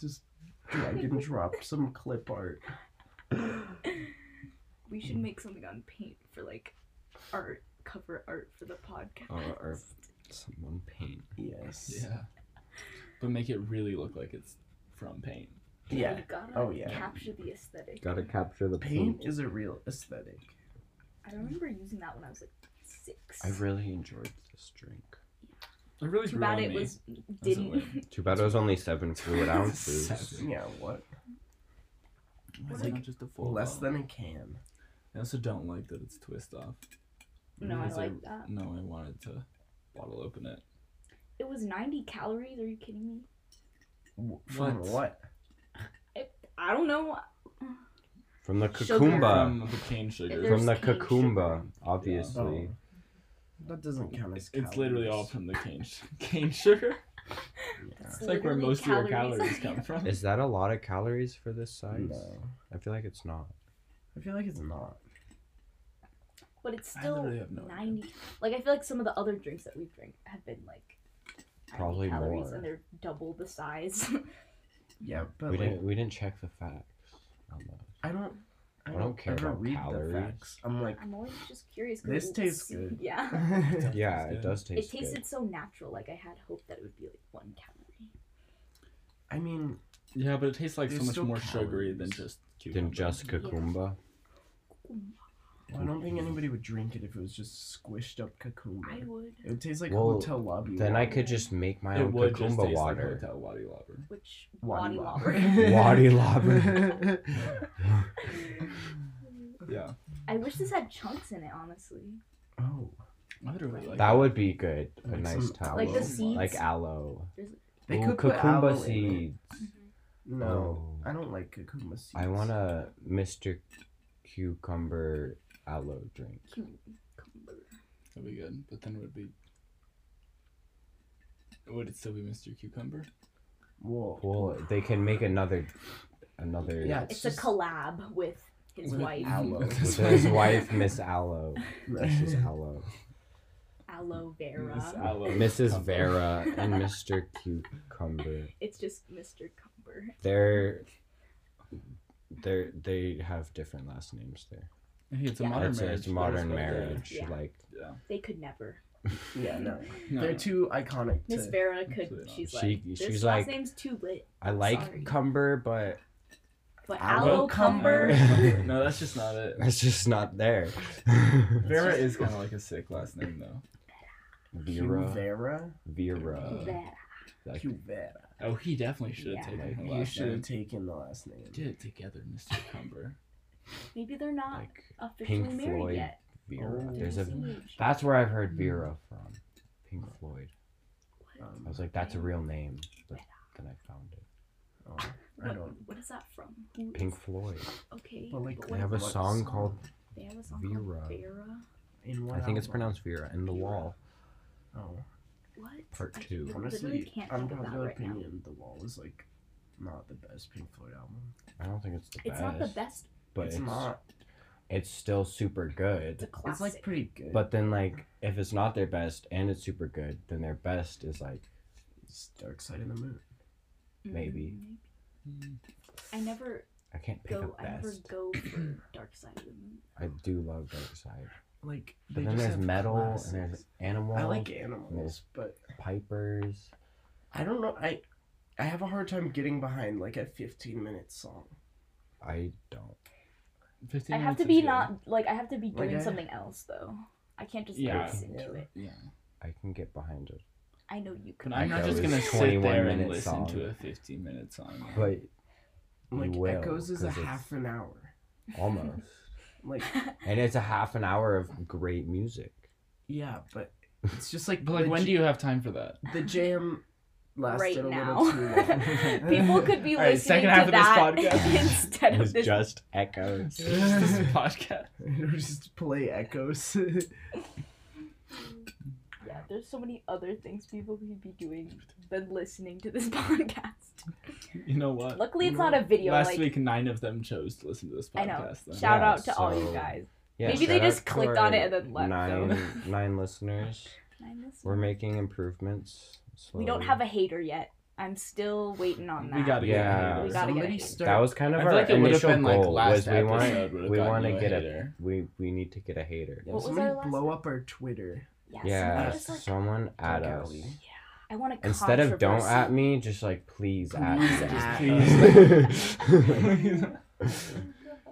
S1: just drag and drop some clip art.
S3: we should make something on paint for like art cover art for the podcast.
S2: Oh, or Someone paint.
S1: Yes.
S4: Yeah. But make it really look like it's from paint.
S1: Yeah.
S5: You gotta
S1: Oh, yeah.
S5: capture the aesthetic.
S2: Gotta capture the
S1: Paint
S2: paint.
S1: is a real aesthetic.
S3: I
S5: I remember using that when I was like six.
S2: I really enjoyed this drink.
S4: It really
S3: Too
S4: ruined
S3: bad
S4: me.
S3: it was
S4: That's a
S3: didn't.
S4: win.
S2: Too bad it was only seven fluid ounces.
S4: Seven.
S1: Yeah, what?
S4: Why is
S1: Like,
S4: it not just a full
S1: Less
S4: bottle?
S1: than a can.
S4: I also don't like that it's twist off.
S3: No, I
S4: Because
S3: like that.
S4: No, I wanted to bottle open it.
S3: It was 90 calories. Are you kidding me?
S1: W- From
S4: What?
S1: what?
S3: I don't know.
S2: From the
S5: Sugar.
S2: cucumba.
S4: From the cane sugar.
S3: There's
S2: From the
S3: cane
S2: cucumba,
S3: sugar.
S2: obviously.
S1: Oh. That doesn't count as
S4: It's, it's literally all
S1: calories.
S4: from the cane, sh- cane sugar.
S3: That's
S4: It's like where
S3: literally
S4: most of your calories come from.
S2: Is that a lot of calories for this size?
S1: No.
S2: I feel like it's not.
S1: I feel like it's not.
S3: But it's
S4: I
S3: still
S4: literally have no idea.
S3: 90. Like, I feel like some of the other drinks that we've drank have been like 90
S2: Probably
S3: calories
S2: more.
S3: and they're double the size.
S1: Yeah, but
S2: we
S1: like,
S2: didn't. We didn't check the facts. on that.
S1: I don't. I
S2: don't
S1: don't,
S2: care
S1: ever
S2: about
S1: read
S2: calories.
S1: the facts. I'm like,
S3: I'm always just curious. 'cause
S1: This
S3: it's-
S1: tastes good.
S3: Yeah.
S2: Yeah, it
S4: Tastes good.
S2: does
S3: It
S2: taste
S3: tasted
S2: good.
S3: so natural. Like, I had hoped that it would be like one calorie.
S1: I mean,
S4: Yeah, but it tastes like so
S1: There's
S4: much
S1: still
S4: more sugary than
S1: calories.
S4: just cucumber.
S2: Than just cucumba.
S1: I don't think anybody would drink it if it was just squished up cucumba.
S3: I would.
S1: It would taste like
S2: Well,
S1: hotel lobby.
S2: Then I
S1: water.
S2: could just make my
S4: It
S2: own
S4: would just
S2: cucumba
S4: taste like
S2: water.
S4: hotel wadi lobber.
S3: Which
S1: Wadi
S3: Wadi Lobber.
S1: Lobber.
S2: Wadi lobber.
S4: Yeah,
S3: I wish this had chunks in it, honestly.
S1: oh,
S4: I would really like
S2: that would be good. A
S1: Like
S2: nice
S1: some
S2: towel.
S3: Like the
S1: Aloe.
S3: seeds.
S2: Like aloe.
S1: they
S2: Ooh,
S1: could put aloe
S2: cucumba
S1: in it.
S2: seeds.
S1: No,
S2: Oh.
S1: I don't like cucumba seeds.
S2: I want a Mr. Cucumber aloe drink.
S3: Cucumber.
S4: That'd be good, but then it would be. Would it still be Mr. Cucumber?
S1: Well,
S2: Well, they can make another, another.
S1: yeah,
S3: It's a
S1: just
S3: collab with his
S4: With
S3: wife.
S1: aloe.
S2: With his wife, Miss Aloe. Mrs. Aloe.
S3: Aloe Vera.
S4: Miss Aloe
S2: Mrs.
S4: Cucumber.
S2: Vera and Mr. Cucumber.
S3: It's just Mr. Cumber.
S2: They're they're they have different last names there.
S4: Hey, it's a
S3: Yeah.
S4: modern
S2: it's,
S4: marriage.
S2: it's modern
S4: but it's like,
S2: marriage.
S3: Yeah.
S2: Like
S4: Yeah.
S3: They could never.
S1: Yeah, no,
S4: No,
S1: they're
S4: no.
S1: too iconic.
S3: Miss
S1: To...
S3: Vera
S4: Absolutely
S3: could.
S4: not.
S3: She's
S2: She-
S3: like. This
S2: she's
S3: last
S2: like-
S3: name's too lit.
S2: I like
S3: Sorry.
S2: Cumber, but
S3: But
S2: Aloe
S3: Aloe Cumber.
S2: Cumber.
S4: no, that's just not it.
S2: that's just not there.
S4: Vera is kind of like a sick last name though.
S2: Vera.
S1: Vera.
S2: Vera.
S3: Vera.
S4: Like-
S1: Cuvera.
S4: oh, he definitely should
S3: Yeah.
S4: have taken her
S1: You
S4: last
S1: should
S4: name.
S1: have taken the last name.
S4: Get it together, Mr. Cumber.
S3: Maybe they're not
S2: Like
S3: officially
S2: Pink
S3: married
S2: Floyd.
S3: yet.
S2: Vera.
S1: Oh.
S2: There's a.
S3: Age.
S2: That's where I've heard Vera from. Pink Floyd.
S3: What?
S1: Um,
S2: I was like, that's a real name, but then I found it.
S1: oh, I
S3: What,
S1: don't.
S3: what is that from? Who is-
S2: Pink Floyd.
S3: Okay.
S1: But like,
S3: but
S2: They
S3: what
S2: have a
S1: what
S2: song called
S3: They have a song called
S2: Vera.
S3: Vera.
S1: In what
S2: I think it's
S1: album?
S2: pronounced Vera in the
S3: Vera.
S2: wall.
S1: Oh,
S3: What?
S2: Part
S3: I
S2: two.
S3: literally
S1: honestly,
S3: can't think of that
S1: unpopular
S3: right now.
S1: opinion. The Wall is like not the best Pink Floyd album.
S2: I don't think it's the
S3: It's
S2: best.
S3: not the best.
S2: But
S1: it's, not.
S2: it's still super
S3: It's a
S2: good.
S3: classic.
S1: It's like pretty good.
S2: But then like if it's not their best and it's super good, then their best is like
S1: it's Dark Side of the Moon.
S3: Mm,
S2: maybe.
S4: Hmm.
S3: I never
S2: I can't pick
S3: go.
S2: up
S3: I never
S2: best.
S3: go for Dark Side of the Moon.
S2: I do love Dark Side.
S1: Like,
S2: But
S1: they
S2: then
S1: just
S2: there's
S1: have
S2: metal
S1: classics.
S2: and there's animal
S1: I like animals, but
S2: pipers.
S1: I don't know. I I have a hard time getting behind like a 15 minute song.
S2: I don't.
S4: 15
S3: I have
S4: minutes
S3: to
S4: is
S3: be
S4: good.
S3: not like I have to be
S1: Like,
S3: doing
S1: I-
S3: something else though. I can't just
S4: Yeah.
S3: listen to
S1: Yeah.
S3: it.
S4: Yeah,
S2: I can get behind it.
S3: I know you
S4: but
S3: can.
S4: I'm
S2: Like
S4: not
S2: that
S4: just
S2: was
S4: gonna
S2: 21
S4: sit there and
S2: minute
S4: listen
S2: song.
S4: to a 15 minute song.
S2: But
S1: Like
S2: will,
S1: Echoes is a
S2: 'cause it's-
S1: half an hour.
S2: almost.
S1: Like
S2: and it's a half an hour of great music.
S1: yeah, but it's just like
S4: but like,
S1: the
S4: when
S1: j-
S4: do you have time for that?
S1: the jam lasted
S3: Right
S1: a little
S3: now,
S1: too long.
S3: people could be
S4: All right,
S3: listening
S4: second
S3: to
S4: half of this
S3: that
S4: podcast.
S3: instead
S2: It
S3: of
S2: was
S3: this.
S2: just echoes.
S4: this podcast.
S1: Or just play Echoes.
S3: Yeah, there's so many other things people could be doing than listening to this podcast.
S4: You know what?
S3: Luckily, it's
S1: No.
S3: not a video.
S4: Last
S3: like
S4: week, nine of them chose to listen to this podcast.
S3: I know.
S4: though.
S3: Shout
S2: Yeah,
S3: out to all you
S2: so-
S3: guys.
S2: Yeah,
S3: Maybe they
S2: shout out
S3: just
S2: to
S3: clicked on
S2: our
S3: it and then left, though.
S2: Nine, nine listeners. We're making um, improvements.
S3: We don't
S2: slowly.
S3: have a hater yet. I'm still waiting on that.
S4: We gotta
S2: Yeah.
S4: get
S3: We
S4: haters.
S3: gotta get
S1: Somebody
S3: it.
S1: start.
S2: That was kind of
S4: I
S2: our
S4: feel like it would have
S2: initial
S4: been like
S2: goal.
S4: last
S2: was we want
S4: episode.
S2: we want to get
S4: it.
S2: a we we need to get a hater.
S1: Yeah,
S3: What was
S1: somebody
S3: our last
S1: blow
S3: one?
S1: up our Twitter.
S3: What Yeah.
S2: yeah,
S3: someone just, like,
S2: someone at
S1: Like
S2: us.
S1: Allie.
S5: I want to
S2: Instead of don't at me, just like please at me.
S1: Just
S4: please.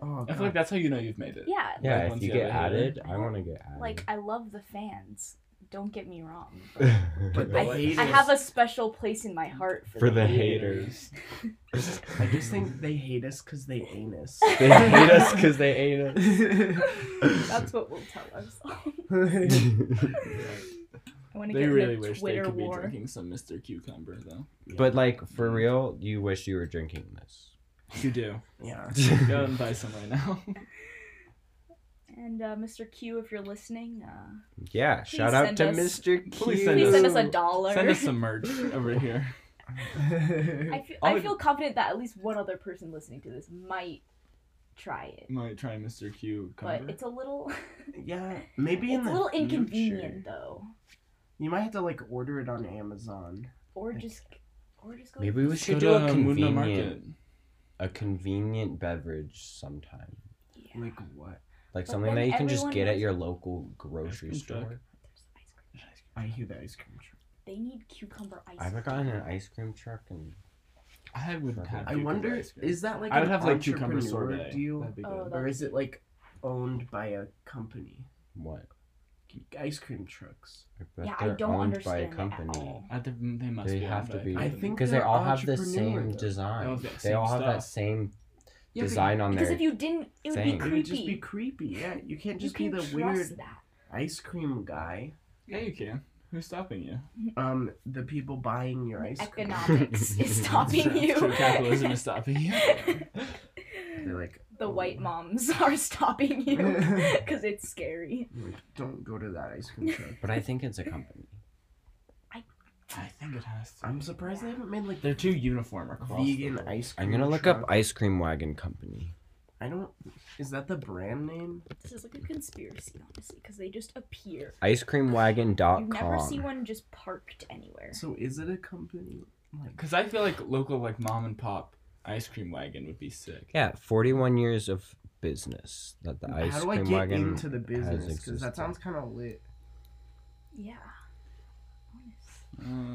S1: Oh,
S4: I feel like
S1: God.
S4: that's how you know you've made it.
S5: Yeah.
S2: yeah,
S4: once
S2: if you
S4: you
S2: get
S4: have
S2: added,
S4: it.
S2: I want to get added.
S5: Like I love the fans. Don't get me wrong.
S1: But
S4: But
S1: the
S4: like-
S1: haters,
S5: I have a special place in my heart for,
S2: For the
S4: Haters.
S1: I just think they hate us because they ain't us.
S2: they hate us because they ate us.
S5: That's what we'll tell ourselves.
S3: I want to
S4: They
S3: get
S4: really
S3: in a
S4: wish
S3: Twitter
S4: they could be
S3: war.
S4: drinking some Mr. Cucumber though.
S2: but like for real, you wish you were drinking this.
S4: You do.
S1: yeah.
S4: Go and buy some right now.
S3: And uh, Mr. Q, if you're listening, uh,
S2: yeah,
S3: Please
S2: shout out
S3: send
S2: to
S3: us-
S2: Mr. Q.
S4: please
S3: please send us a
S1: Ooh.
S3: dollar.
S4: Send us some merch over here.
S3: I feel,
S4: All
S3: I
S4: of-
S3: feel confident that at least one other person listening to this might try it.
S4: Might try Mr. Cucumber.
S3: But it's a little
S1: yeah, maybe in
S3: it's a
S1: the
S3: little
S1: future,
S3: inconvenient though.
S1: You might have to like order it on Amazon.
S3: Or just or just go
S2: Maybe we
S4: Let's
S2: should
S4: go
S2: do a
S4: to Munda Market.
S2: convenient, a convenient beverage sometime,
S3: yeah.
S1: Like what?
S2: like
S3: But
S2: something
S3: then
S2: that you can just
S3: everyone
S2: get
S3: knows-
S2: at your local grocery
S4: Ice cream
S2: store.
S4: truck.
S3: There's ice cream.
S1: I hear the ice cream truck.
S3: They need cucumber ice
S2: I haven't
S3: cream.
S2: gotten an ice cream truck and
S4: I would have.
S2: I
S1: I
S4: cucumber
S1: wonder,
S4: ice cream.
S1: is that like
S4: I would
S1: an
S4: have like cucumber
S1: entrepreneur
S4: sorbet.
S1: deal,
S4: That'd be
S3: Oh,
S4: good.
S1: or is it like owned by a company?
S2: what?
S1: Ice cream trucks.
S2: I bet
S3: Yeah, I don't understand it at all.
S4: I think Uh, they must
S2: They
S4: be
S2: have
S4: owned
S2: to
S4: by a
S2: be
S1: I
S4: company.
S1: think
S2: because they
S1: they're
S2: all have the
S1: entrepreneur,
S2: same
S1: though.
S4: They all
S2: design.
S4: have the
S2: They all
S4: same
S2: have that
S4: stuff.
S2: same
S1: Yeah, but
S2: design on
S3: Because
S2: their
S3: if you didn't it would
S2: thing.
S3: be
S1: It would just be
S3: creepy.
S1: creepy. Yeah, you can't
S3: You
S1: just
S3: can
S1: be the
S3: trust
S1: weird
S3: that.
S1: ice cream guy.
S4: Yeah, you can. Who's stopping you?
S1: Um, the people buying your ice cream.
S3: Economics is stopping
S4: That's
S3: you.
S4: True capitalism is stopping you.
S1: They're like,
S3: the
S1: Oh.
S3: white moms are stopping you because it's scary.
S1: like, don't go to that ice cream truck.
S2: But I think it's a company.
S4: I think it has to.
S1: I'm surprised they haven't made like
S4: They're too uniform across. the
S1: vegan
S4: board.
S1: ice cream.
S2: I'm gonna look
S1: truck.
S2: up ice cream wagon company.
S1: I don't. Is that the brand name?
S3: This is like a conspiracy, honestly, because they just appear. You never see
S2: Icecreamwagon.com.
S3: one just parked anywhere.
S1: So is it a company? Like,
S4: Cause I feel like local like mom and pop ice cream wagon would be sick.
S2: Yeah, 41 years of business that the ice
S1: how do I
S2: cream
S1: get
S2: wagon.
S1: into the business? Because
S2: existed.
S1: that sounds kind of lit.
S3: Yeah.
S4: Um,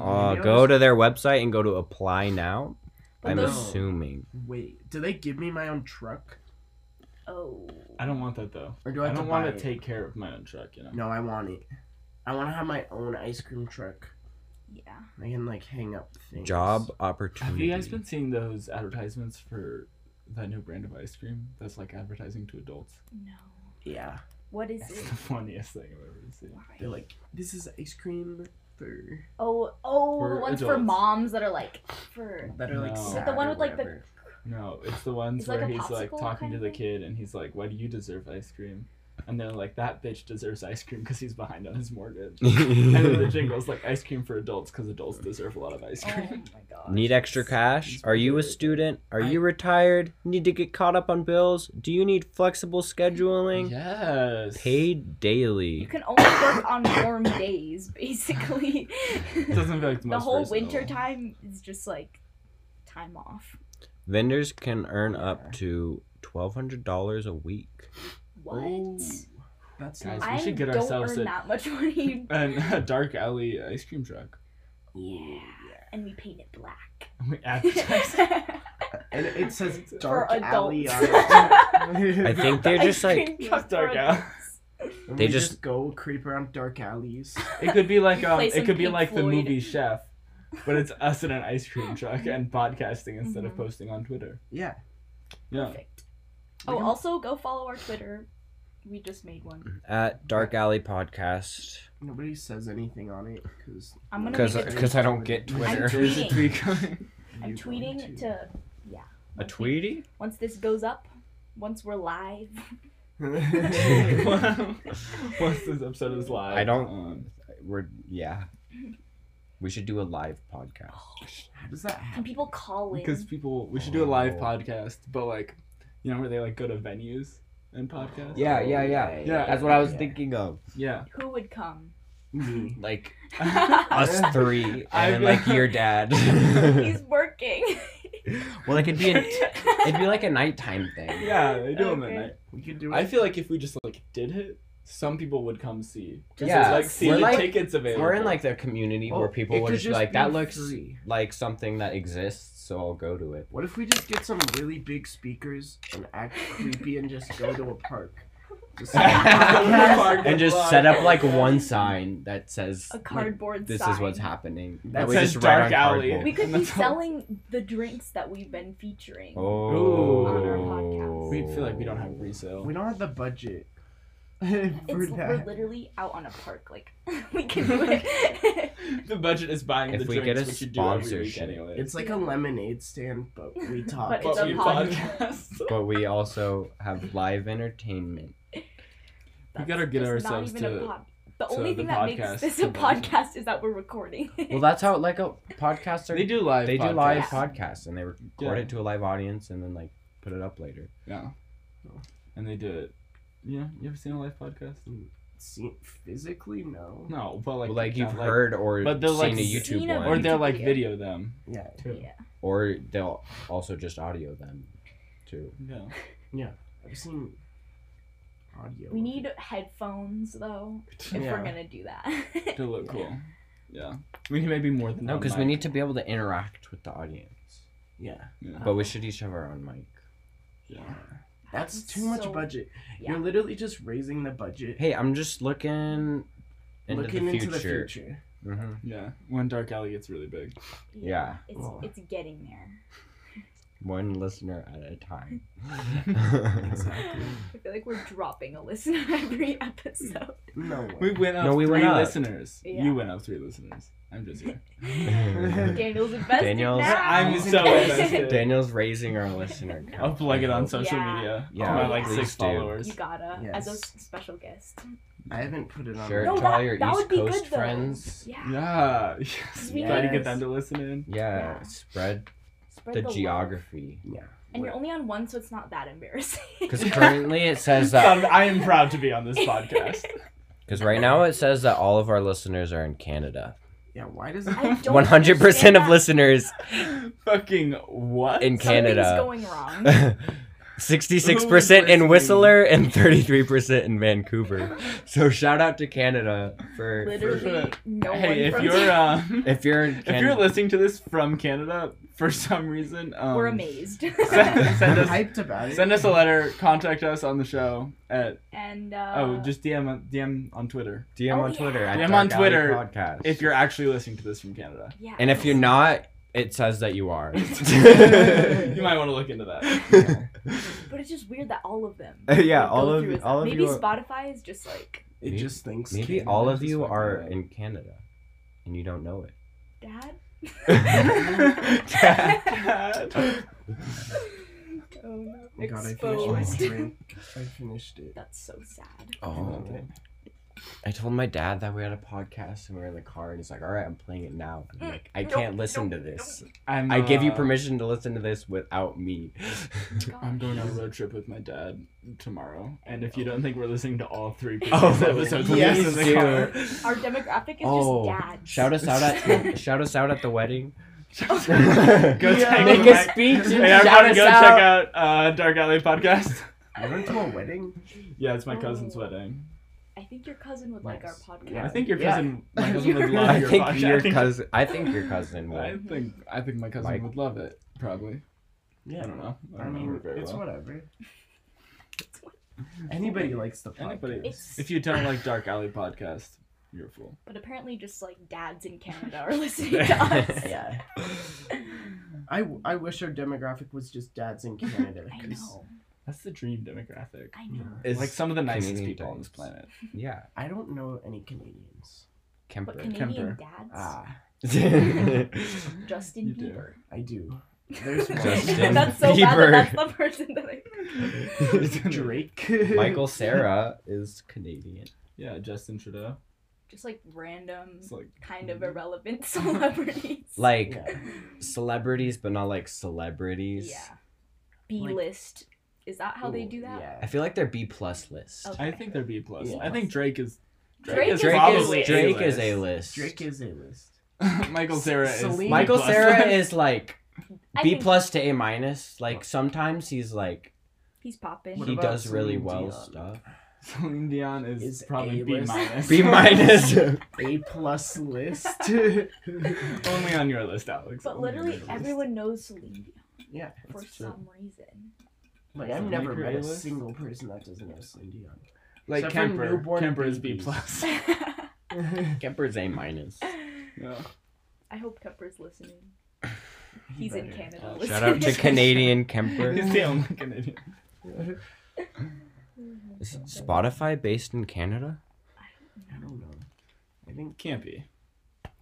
S2: Uh,
S1: Maybe I'll
S2: go
S1: just-
S2: to their website and go to apply now.
S3: But
S2: I'm
S1: those-
S2: assuming.
S1: Wait, do they give me my own truck,
S3: Oh.
S4: I don't want that though.
S1: or do I,
S4: I,
S1: have
S4: don't
S1: to
S4: want
S1: buy
S4: to
S1: it?
S4: take care of my own truck. You know.
S1: No, I want it. I want to have my own ice cream truck.
S3: Yeah.
S1: I can like hang up things.
S2: Job
S4: Have
S2: opportunity.
S4: you guys been seeing those advertisements for that new brand of ice cream that's like advertising to adults?
S3: No.
S1: Yeah,
S3: What is
S4: It's
S3: it?
S4: the funniest thing I've ever seen.
S1: they're
S3: Why?
S1: like, this is ice cream for
S3: Oh, oh, the
S4: For
S3: ones for
S4: adults.
S3: moms that are like for.
S1: that are like
S4: No.
S1: sad
S3: The one
S1: or
S3: with, like, the-
S1: whatever.
S4: No, it's the ones
S3: It's like
S4: where
S3: a
S4: he's like
S3: popsicle
S4: talking
S3: kind
S4: to
S3: of
S4: the
S3: thing?
S4: kid and he's like, "Why do you deserve ice cream?" And they're like, "That bitch deserves ice cream because he's behind on his mortgage." and then the jingle's like, "Ice cream for adults because adults deserve a lot of ice
S3: Oh
S4: cream."
S3: my god.
S2: Need extra cash?
S4: It's
S2: Are you a
S4: weird.
S2: student? Are
S1: I-
S2: you retired? Need to get caught up on bills? Do you need flexible scheduling?
S4: Yes.
S2: Paid
S3: You
S2: daily.
S3: can only work on warm days, basically.
S4: It doesn't feel like
S3: the
S4: the, most
S3: whole
S4: personal.
S3: winter time is just like time off.
S2: Vendors can earn
S1: Yeah.
S2: up to $1,200 a week.
S3: What?
S1: Oh, that's
S4: Guys,
S1: not-
S4: we
S3: I
S4: should get
S3: don't
S4: ourselves
S3: earn
S4: a-
S3: that much money.
S4: And a dark alley ice cream truck.
S3: yeah. And we paint it black.
S4: We advertise.
S1: And it says
S4: For
S1: dark alley on it.
S3: adults.
S2: I think they're just
S3: Ice
S2: like
S3: cream truck for
S4: Dark
S3: adults.
S1: And
S2: They
S1: we
S2: just-
S1: go creep around dark alleys.
S4: It could be like
S3: We
S4: um,
S3: play
S4: it
S3: some
S4: could be
S3: Pink
S4: like
S3: Floyd.
S4: the movie Chef, but it's us in an ice cream truck and podcasting instead
S3: Mhm.
S4: of posting on Twitter.
S1: Yeah.
S4: Yeah.
S3: Perfect.
S1: We
S3: Oh,
S1: can-
S3: also go follow our Twitter. We just made one.
S2: at Dark Alley Podcast.
S1: Nobody says anything on it because
S3: I'm gonna
S2: Because
S3: make a-
S2: because I don't get
S3: I'm
S2: Twitter.
S4: There's a
S3: tweeting.
S4: tweet coming.
S3: I'm tweeting to
S2: A Tweety?
S3: once this goes up, once we're live.
S4: Once this episode is live.
S2: I don't-
S4: Um,
S2: We're yeah. We should do a live podcast.
S1: How does that
S3: Can
S1: happen?
S3: people call in?
S4: because people, we should do a live
S2: Oh.
S4: podcast, but like, you know, where they like go to venues and podcast.
S2: Yeah, yeah, yeah.
S4: Yeah.
S2: That's what I was
S1: Yeah.
S2: thinking of.
S4: Yeah.
S3: Who would come?
S1: Me.
S2: Like
S3: He's
S2: us three,
S4: I-
S2: and then like your dad.
S3: working.
S2: well, it could be an, it'd be like a nighttime thing.
S4: Yeah, they do them at
S3: Okay.
S4: night.
S1: We could do it.
S4: I feel like if we just like did it some people would come see.
S2: Just
S4: yeah,
S2: Yeah,
S4: like see
S2: we're
S4: the
S2: like-
S4: tickets available.
S2: We're in like the community
S1: Oh,
S2: where people
S1: it
S2: would
S1: could
S2: just be
S1: just
S2: like
S1: be
S2: that looks
S1: free.
S2: like something that exists, so I'll go to it.
S1: What if we just get some really big speakers and act creepy and just go to a park? Just
S4: Park
S2: and just
S4: block.
S2: set up like one sign that says
S3: A
S2: like,
S3: cardboard
S2: this
S3: sign.
S2: is what's happening.
S1: That
S2: we
S1: says
S2: just write on
S4: dark alley.
S2: cardboard.
S3: We could
S4: And
S3: be
S4: that's all.
S3: selling the drinks that we've been featuring.
S2: Oh.
S4: On
S3: our podcast.
S4: we feel like we don't have resale.
S1: we don't have the budget for
S3: It's we're
S1: that.
S3: literally out on a park, like we can do it.
S4: the budget is buying
S2: If
S4: the
S2: we
S4: drinks,
S2: get a
S4: which you do every week
S2: sponsorship.
S4: anyway.
S1: It's like a lemonade stand, but we talk.
S3: But
S4: but
S3: it's a
S4: we
S3: podcast.
S4: podcast.
S2: But we also have live entertainment.
S4: We gotta get
S3: That's
S4: ourselves
S3: not even
S4: to-
S3: a pod. The
S4: to
S3: only
S4: the
S3: thing that
S4: podcast
S3: makes this a
S4: to the-
S3: podcast is that we're recording.
S2: Well, that's how like a podcaster
S4: they do live.
S2: they do
S4: podcasts.
S2: live
S3: podcasts.
S2: podcasts and they record
S4: Yeah.
S2: it to a live audience and then like put it up later.
S4: Yeah. And they do it. Yeah, you ever seen a live podcast?
S1: See, physically, no.
S4: No, but like
S2: Like, you've
S4: not like-
S2: heard or
S4: but they're,
S2: seen
S4: like,
S2: a YouTube
S3: seen a-
S2: one,
S4: or they'll like
S3: Yeah.
S4: video them.
S1: Yeah.
S3: yeah.
S2: or they'll also just audio them, too.
S4: Yeah.
S1: I've seen audio.
S3: We need headphones though, if
S1: Yeah.
S3: we're gonna do that.
S4: to look cool. Yeah. We need maybe more than
S2: No,
S4: one
S2: because we
S4: mic.
S2: need to be able to interact with the audience.
S1: Yeah.
S4: Yeah.
S2: But we should each have our own mic.
S4: yeah.
S1: That's
S3: That's
S1: too much
S3: so-
S1: budget.
S3: yeah.
S1: You're literally just raising the budget.
S2: Hey, I'm just looking into
S1: looking
S2: the
S1: into
S2: future.
S1: the future.
S2: hmm
S4: Yeah. When Dark Alley gets really big.
S2: Yeah.
S3: It's
S1: Oh.
S3: it's getting there.
S2: One listener at a time.
S1: Exactly.
S3: I feel like we're dropping a listener every episode.
S1: No way.
S4: We went up
S2: No, we
S4: three
S2: went up.
S4: listeners.
S3: Yeah.
S4: You went up three listeners. I'm just here.
S3: Daniel's invested
S2: Daniel's-
S3: now.
S4: I'm so invested.
S2: Daniel's raising our listener count.
S4: I'll plug it on
S2: so.
S4: social
S3: Yeah.
S4: media.
S2: Yeah,
S4: Yeah. My like
S2: please
S4: six
S2: do.
S4: followers.
S3: You gotta as a
S1: Yes.
S3: special guest.
S1: I haven't put it on.
S2: Sure,
S1: my-
S3: No,
S2: to
S3: that-
S2: all your
S3: that
S2: East
S3: would be
S2: Coast
S3: good, though.
S2: friends.
S3: Yeah.
S4: Yeah. Yes.
S3: We
S4: Try to
S3: need-
S4: get them to listen in.
S2: Yeah,
S3: Yeah.
S2: spread
S3: Spread
S2: the
S3: love.
S2: geography.
S1: Yeah.
S3: And you're only on one, so it's not that embarrassing.
S2: Because currently it says
S4: Um,
S2: that.
S4: I am proud to be on this podcast.
S2: Because right now it says that all of our listeners are in Canada.
S1: Yeah. Why does it?
S3: I don't
S2: One hundred percent of
S3: understand that.
S2: listeners
S4: Fucking what?
S2: in Canada.
S3: Something's going wrong.
S2: Sixty-six percent in
S4: Who is listening?
S2: Whistler and thirty-three percent in Vancouver. So shout out to Canada for
S3: Literally, no one
S4: Hey, if
S3: from
S4: you're um,
S2: if you're in
S4: if you're
S2: Canada.
S4: listening to this from Canada for some reason, um,
S3: we're amazed.
S4: Send,
S1: I'm
S4: send us
S1: hyped about it.
S4: send us a letter. Contact us on the show at
S3: and uh,
S4: oh just DM on- DM on Twitter
S2: DM
S3: Oh,
S2: on Twitter.
S3: yeah.
S2: at
S4: DM on
S2: Dark Alley
S4: Twitter
S2: Podcast.
S4: if you're actually listening to this from Canada.
S3: yeah.
S2: and if you're not, it says that you are.
S4: you might want to look into that.
S3: but it's just weird that all of them.
S2: yeah,
S3: would
S2: all
S3: go
S2: of
S3: through with
S2: all
S3: that.
S2: of
S3: maybe
S2: you. are-
S3: Spotify is just like
S1: It
S2: Maybe-
S1: just thinks.
S2: Maybe
S1: Canada
S2: all
S1: is
S2: of you
S1: fucking
S2: are
S1: bad.
S2: in Canada, and you don't know it.
S3: dad. oh no!
S1: Oh God, I finished my
S3: Exposed.
S1: drink. I finished it.
S3: That's so sad.
S2: Oh. I told my dad that we had a podcast and we were in the car, and he's like, "All right, I'm playing it now." And I'm
S3: Mm,
S2: like, I can't listen to this.
S4: I'm,
S2: I give you
S4: uh,
S2: permission to listen to this without me.
S4: I'm
S3: Gosh.
S4: going on a road trip with my dad tomorrow, and if you don't think we're listening to all three
S2: Oh,
S4: previous episodes, when
S2: yes,
S4: he's in the
S2: dude.
S4: car.
S3: Our demographic is
S2: Oh,
S3: just dads.
S2: Shout us out at shout us out at the wedding.
S4: Go
S1: Yeah.
S4: check
S1: Make
S4: out
S1: a
S4: my-
S2: speech and
S4: Hey,
S2: shout
S4: everyone,
S2: us
S4: go
S2: out.
S4: check out uh, Dark Alley podcast.
S1: You went to a wedding.
S4: Yeah, it's my cousin's
S3: Oh.
S4: wedding.
S3: I think your cousin would like our
S1: Nice.
S3: podcast.
S1: Yeah.
S4: I think your
S1: Yeah.
S4: cousin, my cousin would love
S2: I
S4: your
S2: think
S4: podcast.
S2: your cousin. I think your cousin
S4: I
S2: will.
S4: think I think my cousin
S2: Mike.
S4: would love it. Probably.
S1: Yeah.
S4: I don't know. I
S1: I
S4: don't know her
S1: mean,
S4: very
S1: it's
S4: well.
S1: whatever. Anybody likes the podcast.
S4: Anybody-
S3: It's-
S4: If you don't like Dark Alley podcast, you're a fool.
S3: But apparently, just like dads in Canada are listening to us.
S1: Yeah. I, I wish our demographic was just dads in Canada.
S3: I
S1: 'cause
S3: know.
S4: That's the dream demographic.
S3: I know.
S2: It's
S4: like some of the nicest
S2: Canadian
S4: people on this
S2: dads.
S4: planet.
S2: Yeah,
S1: I don't know any Canadians.
S2: Kemper.
S3: But Canadian
S4: Kemper.
S3: dads,
S1: Ah,
S3: Justin
S4: You do.
S3: Bieber.
S1: I do. There's one.
S2: Justin
S3: that's so bad that
S2: Bieber.
S3: that's the person that I.
S1: Drake.
S2: Michael Sarah is Canadian.
S4: Yeah, Justin Trudeau.
S3: Just like random,
S4: It's like
S3: kind of irrelevant celebrities.
S2: Like
S1: Yeah.
S2: celebrities, but not like celebrities.
S3: yeah. B list. Is that how they
S1: Ooh,
S3: do that?
S2: I feel like they're B plus list.
S3: Okay.
S4: I think they're B plus.
S1: Yeah.
S4: I think Drake is Drake,
S3: Drake
S4: is
S3: is
S2: Drake
S4: probably
S2: is Drake is A
S4: A-list.
S2: list.
S1: Yeah. Drake is a list.
S4: Michael Sarah is
S1: Celine.
S4: B
S2: Michael
S4: plus.
S2: Sarah is like
S3: I
S2: B
S3: think
S2: plus to A minus. Like sometimes he's like
S3: He's popping.
S1: What
S2: he
S1: about
S2: does really
S1: Celine
S2: well
S1: Dion?
S2: stuff.
S4: Celine Dion is,
S1: Is
S4: probably B
S1: A-list.
S4: minus.
S2: B minus.
S1: A plus list.
S4: Only on your list, Alex.
S3: But
S4: Only on
S3: literally
S4: your list.
S3: everyone knows Celine Dion
S1: yeah,
S3: for
S4: That's true.
S3: some reason.
S1: like
S4: Does
S1: I've
S4: it
S1: never
S4: make her
S1: met a
S4: A-list?
S1: single person that doesn't know Celine Dion.
S4: Like
S1: Except for
S4: Kemper.
S1: newborn
S4: Kemper is B
S1: babies.
S4: plus.
S2: Kemper's A minus.
S4: Yeah.
S3: I hope Pepper's listening.
S1: He
S3: He's in
S1: better.
S3: Canada.
S4: Oh,
S2: Shout out to Canadian Kemper.
S4: He's the only Canadian.
S2: Is Spotify based in Canada?
S1: I don't know. I think
S4: Can't be.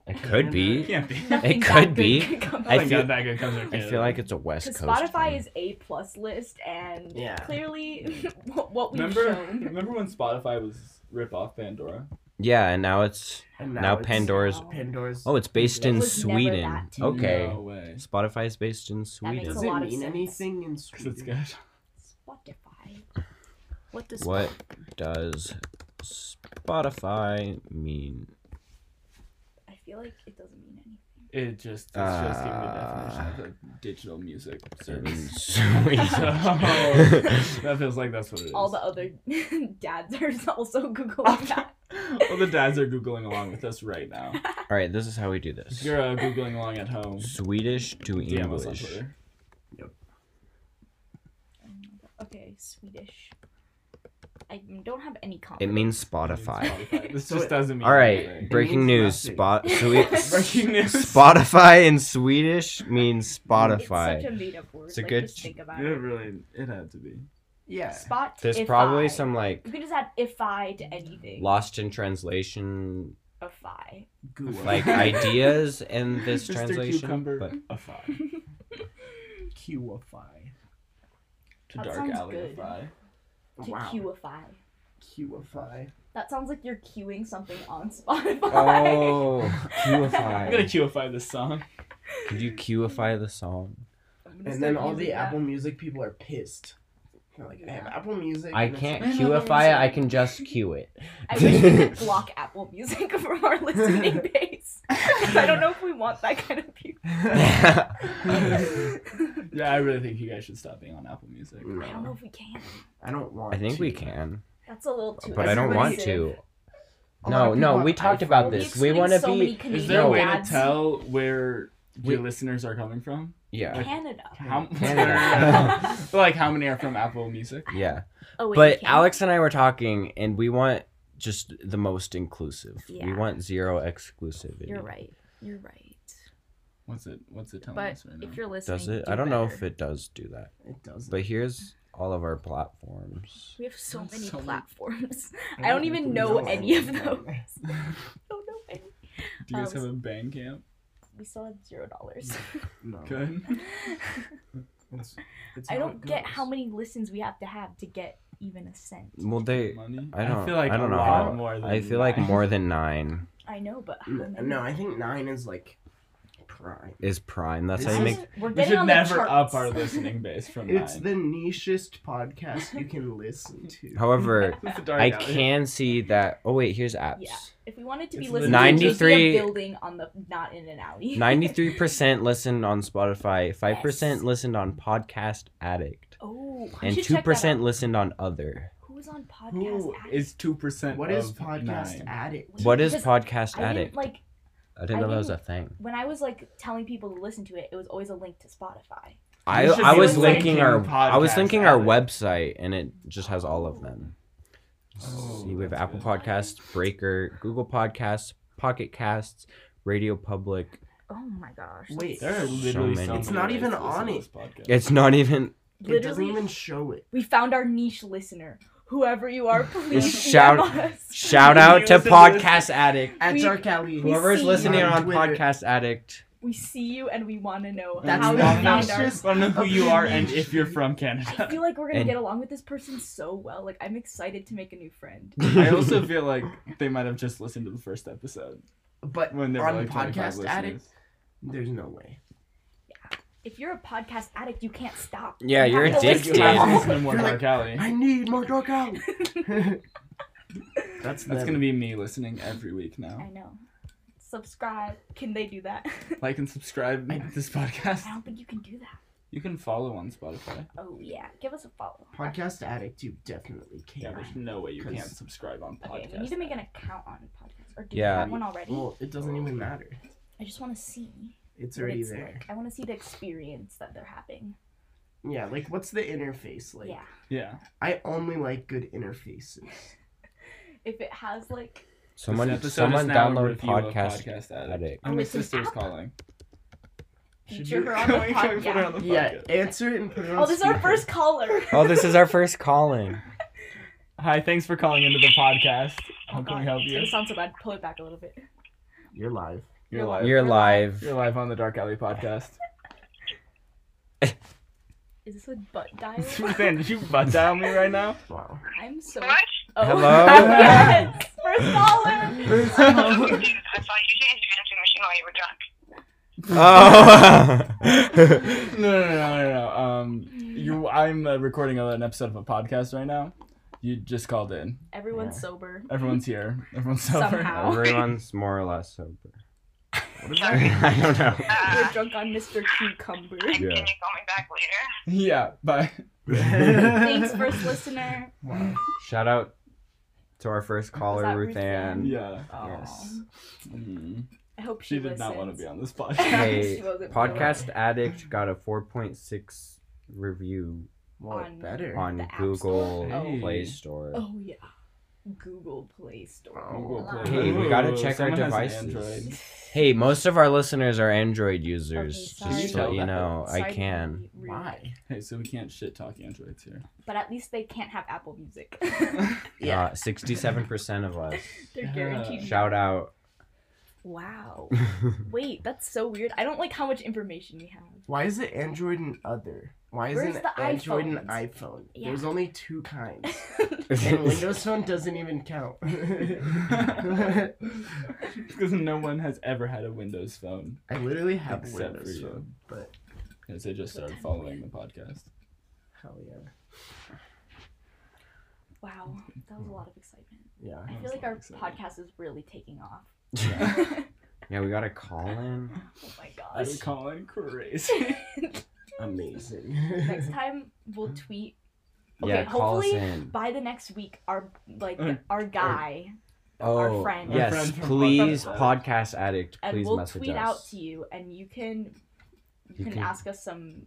S2: It could be.
S4: Can't be.
S2: It could be. I
S4: I think
S2: feel-
S4: that good comes from
S2: I
S4: Canada.
S2: feel like it's a West
S3: Because
S2: Coast.
S3: Spotify
S2: thing.
S3: is A plus list, and
S1: Yeah.
S3: clearly what what we've
S4: Remember,
S3: shown.
S4: remember when Spotify was rip off Pandora?
S2: Yeah, and now it's
S1: And
S2: now
S1: it's-
S2: Pandora's.
S1: Pandora's.
S2: Oh, it's based
S1: It
S2: in
S3: was never
S2: Sweden.
S3: that deep.
S2: Okay.
S4: No way.
S2: Spotify is based in
S3: makes
S1: does
S3: a
S2: Sweden.
S1: it
S3: lot of
S1: mean
S3: sense.
S1: anything in
S4: 'Cause it's
S1: Sweden?
S4: good.
S3: Spotify. What does
S2: What does Spotify mean?
S3: I feel like it doesn't mean anything.
S4: It just, it's just giving the
S2: Ah.
S4: definition of a digital music
S2: In
S4: service.
S2: Sweden.
S4: So, that feels like that's what it is.
S3: All the other dads are also googling that.
S4: All the dads are Googling along with us right now.
S2: All right, this is how we do this.
S4: If you're uh, Googling along at home,
S2: Swedish to
S4: DM us on
S2: English.
S4: Twitter.
S3: Okay, Swedish. I don't have any comments.
S2: It means Spotify.
S4: Spotify. This
S1: So
S4: just
S1: it-
S4: doesn't mean
S2: All right,
S4: anything.
S2: breaking news.
S1: means
S2: Spot Swe-
S4: Breaking news.
S2: Spotify in Swedish means
S3: It's such
S2: Spotify.
S3: a made up word.
S2: It's a
S3: like,
S2: good-
S3: Just think about
S4: It
S3: it.
S4: really, it had to be.
S1: Yeah.
S3: Spot.
S2: There's
S3: if I.
S2: probably some like
S3: You can just add if I to anything.
S2: lost in translation,
S3: if I.
S1: Good one.
S2: like ideas in this
S4: Mr.
S2: translation.
S4: Cucumber,
S2: But
S4: a five.
S1: Qify.
S4: To
S3: That
S4: Dark
S3: sounds
S4: Alley, a
S3: good.
S4: five.
S3: To
S1: Wow.
S3: Qify.
S1: Qify.
S3: That sounds like you're queuing something on Spotify.
S2: oh,
S4: I'm gonna
S2: Qify.
S4: QFI this song.
S2: Could you Qify the song?
S3: I'm gonna
S1: And
S3: start
S1: then all the
S3: using that.
S1: Apple Music people are pissed. They're like, I have Apple Music.
S2: I
S1: and it's
S2: can't
S1: like,
S2: Qify it. I can just Q it.
S3: I wish we could block Apple Music from our listening base. 'Cause I don't know if we want that kind of people.
S4: Yeah, I really think you guys should stop being on Apple Music.
S1: No.
S3: I don't know if we can.
S1: I don't want.
S2: I think we
S1: to.
S2: can,
S3: That's a little too.
S2: but I don't want to.
S1: A lot
S2: No,
S1: of
S2: no,
S1: people
S2: we
S1: have
S2: talked about
S1: iPhones.
S2: this. We want to
S3: so Many
S2: be.
S3: Canadian
S4: Is there a way to
S3: dads
S4: tell where
S2: We-
S4: your listeners are coming from?
S2: Yeah,
S3: Canada.
S4: How
S2: Canada.
S4: like how many are from Apple Music?
S2: yeah.
S3: Oh, wait,
S2: But
S3: we can.
S2: Alex and I were talking, and we want just the most inclusive. We
S3: Yeah.
S2: want zero exclusivity.
S3: You're right. You're right.
S4: What's it? What's it telling
S3: But
S4: us right now?
S3: if you're listening,
S2: Does it?
S3: do
S2: I don't know
S3: better.
S2: if it does do that.
S1: It doesn't.
S2: But here's all of our platforms.
S3: We have so
S4: That's
S3: many
S4: so many-
S3: platforms.
S1: I
S3: I don't
S1: don't
S3: even
S1: think
S3: know
S1: we know
S3: any of
S1: any.
S3: those. I Oh, don't know any.
S4: Do you guys
S3: um,
S4: have a Bandcamp?
S3: We still have zero dollars.
S1: No.
S4: Good.
S1: It's, it's
S3: I
S1: how
S3: don't
S1: it
S3: get
S1: goes.
S3: how many listens we have to have to get even a cent.
S2: Well, they.
S4: Money.
S2: I don't. I,
S4: feel like
S2: don't
S4: a
S2: know
S4: lot
S2: how.
S4: more than
S2: I feel like
S4: nine.
S2: more than nine
S3: I know, but how
S1: N-
S3: many?
S1: No, I think nine is like prime.
S2: is prime. That's how
S1: This
S2: you
S1: is-
S2: make.
S3: We're
S4: We
S3: getting
S4: should
S3: on the
S4: never up
S3: charts.
S4: our listening base from
S1: It's
S4: nine.
S1: the nichest podcast you can listen to.
S2: However,
S4: It's a dark
S2: I
S4: alley.
S2: can see that. Oh wait, here's apps.
S3: Yeah. If we wanted to be
S4: It's
S3: listening,
S2: literally
S3: to a
S2: 93
S3: building on the not in an alley.
S2: Ninety-three percent listened on Spotify. Five percent
S3: Yes.
S2: listened on Podcast Addict,
S3: Oh, we
S2: and
S3: should
S2: two
S3: check that
S2: percent
S3: out.
S2: listened on other.
S3: Who's on podcast?
S4: Who
S3: Addict?
S4: is two percent?
S1: What is podcast addict?
S2: What is
S3: Because
S2: Podcast
S3: I
S2: Addict?
S3: didn't like
S2: I didn't
S3: I
S2: know that was a
S3: didn't-
S2: thing.
S3: when I was like telling people to listen to it. It was always a link to Spotify.
S2: I,
S4: should
S2: I
S3: be
S2: was
S3: linking
S2: linking our I was
S4: Podcast
S2: linking our
S4: Addict.
S2: website, and it just has all of them.
S4: Oh,
S2: See, we have
S4: that's
S2: Apple
S4: good.
S2: Podcasts, Breaker, Google Podcasts, Pocket Casts, Radio Public.
S3: Oh my gosh!
S1: Wait,
S4: There are
S1: it
S4: literally so
S2: many.
S4: many.
S2: It's
S1: not
S4: ways
S1: even
S4: to listen
S1: on
S4: to
S1: it.
S4: this podcast.
S2: It's not even.
S1: doesn't even show it.
S3: We found our niche listener. Whoever you are, please
S2: Just
S3: DM
S2: shout-
S3: us.
S2: Shout
S4: You
S2: out to
S4: listen to this-
S2: Podcast Addict.
S1: At
S3: We-
S1: Dark Alley.
S3: we
S2: Whoever's
S3: see
S2: listening
S1: you.
S2: on
S1: Twitter.
S2: Podcast Addict.
S3: We see you and we want to know
S1: That's
S3: how you
S1: not
S3: found our.
S1: obnoxious.
S4: I don't know who you are and if you're from
S3: I
S4: Canada.
S3: feel like we're gonna
S2: And-
S3: get along with this person so well. Like I'm excited to make a new friend.
S4: I also feel like they might have just listened to the first episode
S1: But
S4: when they were
S1: on
S4: like 25
S1: podcast
S4: listeners.
S1: addict, there's no way.
S3: If you're a podcast addict, you can't stop.
S2: Yeah,
S3: You
S2: you're
S3: have to
S4: Like,
S3: listen
S4: you
S2: addicted.
S3: to
S4: have to
S3: it.
S4: listen to more
S1: You're like,
S4: Dark Alley.
S1: I need more Dark Alley. That's
S4: That's
S1: them.
S4: gonna be me listening every week
S3: I
S4: now.
S3: know. Subscribe. Can they do that?
S4: Like and subscribe to this podcast.
S3: I don't think you can do that.
S4: You can follow on Spotify.
S5: Oh yeah, give us a follow.
S1: Podcast addict, you definitely
S4: Yeah,
S1: can.
S4: there's no way you
S1: Cause-
S4: can't subscribe on podcast.
S5: Okay, we need to make an account on podcast. Or do
S2: Yeah.
S5: we have one already?
S1: well, it doesn't even matter.
S5: I just want to see.
S1: It's
S5: what
S1: already
S5: it's
S1: there.
S5: like. I want to see the experience that they're having.
S1: Yeah, like what's the interface like?
S5: yeah.
S4: yeah.
S1: I only like good interfaces.
S3: If it has like
S4: This
S2: Someone,
S4: episode
S2: someone
S4: is now a
S2: download
S4: review of
S2: podcast.
S4: addict.
S2: Addict.
S4: Oh, my
S5: Listen,
S4: sister's calling.
S5: Feature her on the
S4: Can we- can we put her on the
S1: Yeah,
S4: podcast?
S1: answer it and put it on
S5: Oh, this is our
S1: speaker.
S5: first caller.
S2: Oh, this is our first calling.
S4: Hi, thanks for calling into the podcast. How can we help you?
S3: it sounds so bad, pull it back a little bit.
S1: You're live.
S4: You're live.
S2: You're
S4: You're
S2: live.
S4: live on the Dark Alley podcast.
S3: Is this a butt dial?
S4: Suzanne, did you butt dial me right now?
S1: Wow.
S3: I'm so
S6: What?
S3: Oh.
S2: Hello?
S3: yes. First caller.
S6: I thought you changed your answering machine while you were drunk.
S2: Oh.
S4: No, no, no, no, no. Um, you, I'm uh, recording an episode of a podcast right now. You just called in.
S3: Everyone's
S1: Yeah.
S3: sober.
S4: Everyone's here. Everyone's sober.
S3: Somehow.
S2: Everyone's more or less sober.
S6: Sorry.
S2: I don't know.
S3: We're
S6: Uh,
S3: drunk on Mr. Cucumber.
S6: can
S2: Yeah.
S6: you call me back later?
S4: Yeah, bye.
S3: Thanks, first listener.
S2: Shout out to our first
S3: that
S2: caller, Ruth
S3: Ruth Ann?
S2: Ann.
S4: Yeah.
S2: Yes.
S4: Mm.
S3: I hope she,
S4: She did not want to be on this podcast.
S2: Hey,
S3: She wasn't
S2: Podcast Addict got a 4.6 review
S1: Well,
S3: On-
S1: better.
S2: on
S3: The App
S2: Google
S4: Store? Oh.
S2: Play Store.
S3: Oh yeah. Google Play Store.
S4: Oh, Google Play.
S2: Hey, we gotta check our
S4: someone has an
S2: devices.
S4: Android.
S2: Hey, most of our listeners are Android
S3: Okay,
S2: users,
S3: sorry.
S2: just so
S4: Can
S2: you
S4: you tell that?
S2: know.
S3: Sorry
S2: I
S3: to
S2: can.
S3: be rude,
S1: Why?
S4: Hey, so we can't shit talk androids here.
S3: But at least they can't have Apple Music.
S1: Yeah.
S2: Uh, 67% of us.
S3: They're
S4: Yeah.
S3: guaranteed.
S2: Shout out.
S3: Wow. Wait, that's so weird. I don't like how much information we have.
S1: Why is it Android and other? Why
S3: Where's
S1: isn't it
S3: the
S1: Android and
S3: iPhones?
S1: iPhone?
S3: Yeah.
S1: There's only two kinds. and
S2: Windows
S1: Windows Phone doesn't even count.
S4: because no one has ever had a Windows phone
S1: I literally have a
S4: except for
S1: Windows
S4: you.
S1: Phone, but
S4: Because they just started following the podcast.
S1: hell yeah.
S3: Wow, that was a lot of excitement.
S1: Yeah.
S3: I
S4: That
S3: feel like
S4: was a lot
S3: our
S4: of excitement.
S3: podcast is really taking off.
S2: yeah, we got a call in.
S3: Oh my
S4: I'm
S3: gosh.
S4: calling crazy.
S1: Amazing.
S3: Next time we'll tweet Okay,
S2: yeah, call us
S3: hopefully
S2: in.
S3: by the next week our like
S4: Uh,
S3: our guy our
S2: Oh,
S3: friend.
S4: Our
S2: yes,
S4: friend from
S2: please,
S4: Podcast
S2: podcast addict,
S3: and
S2: please
S3: we'll
S2: message
S3: tweet
S2: us.
S3: out to you and you can you,
S2: You
S3: can,
S2: can-
S3: ask us some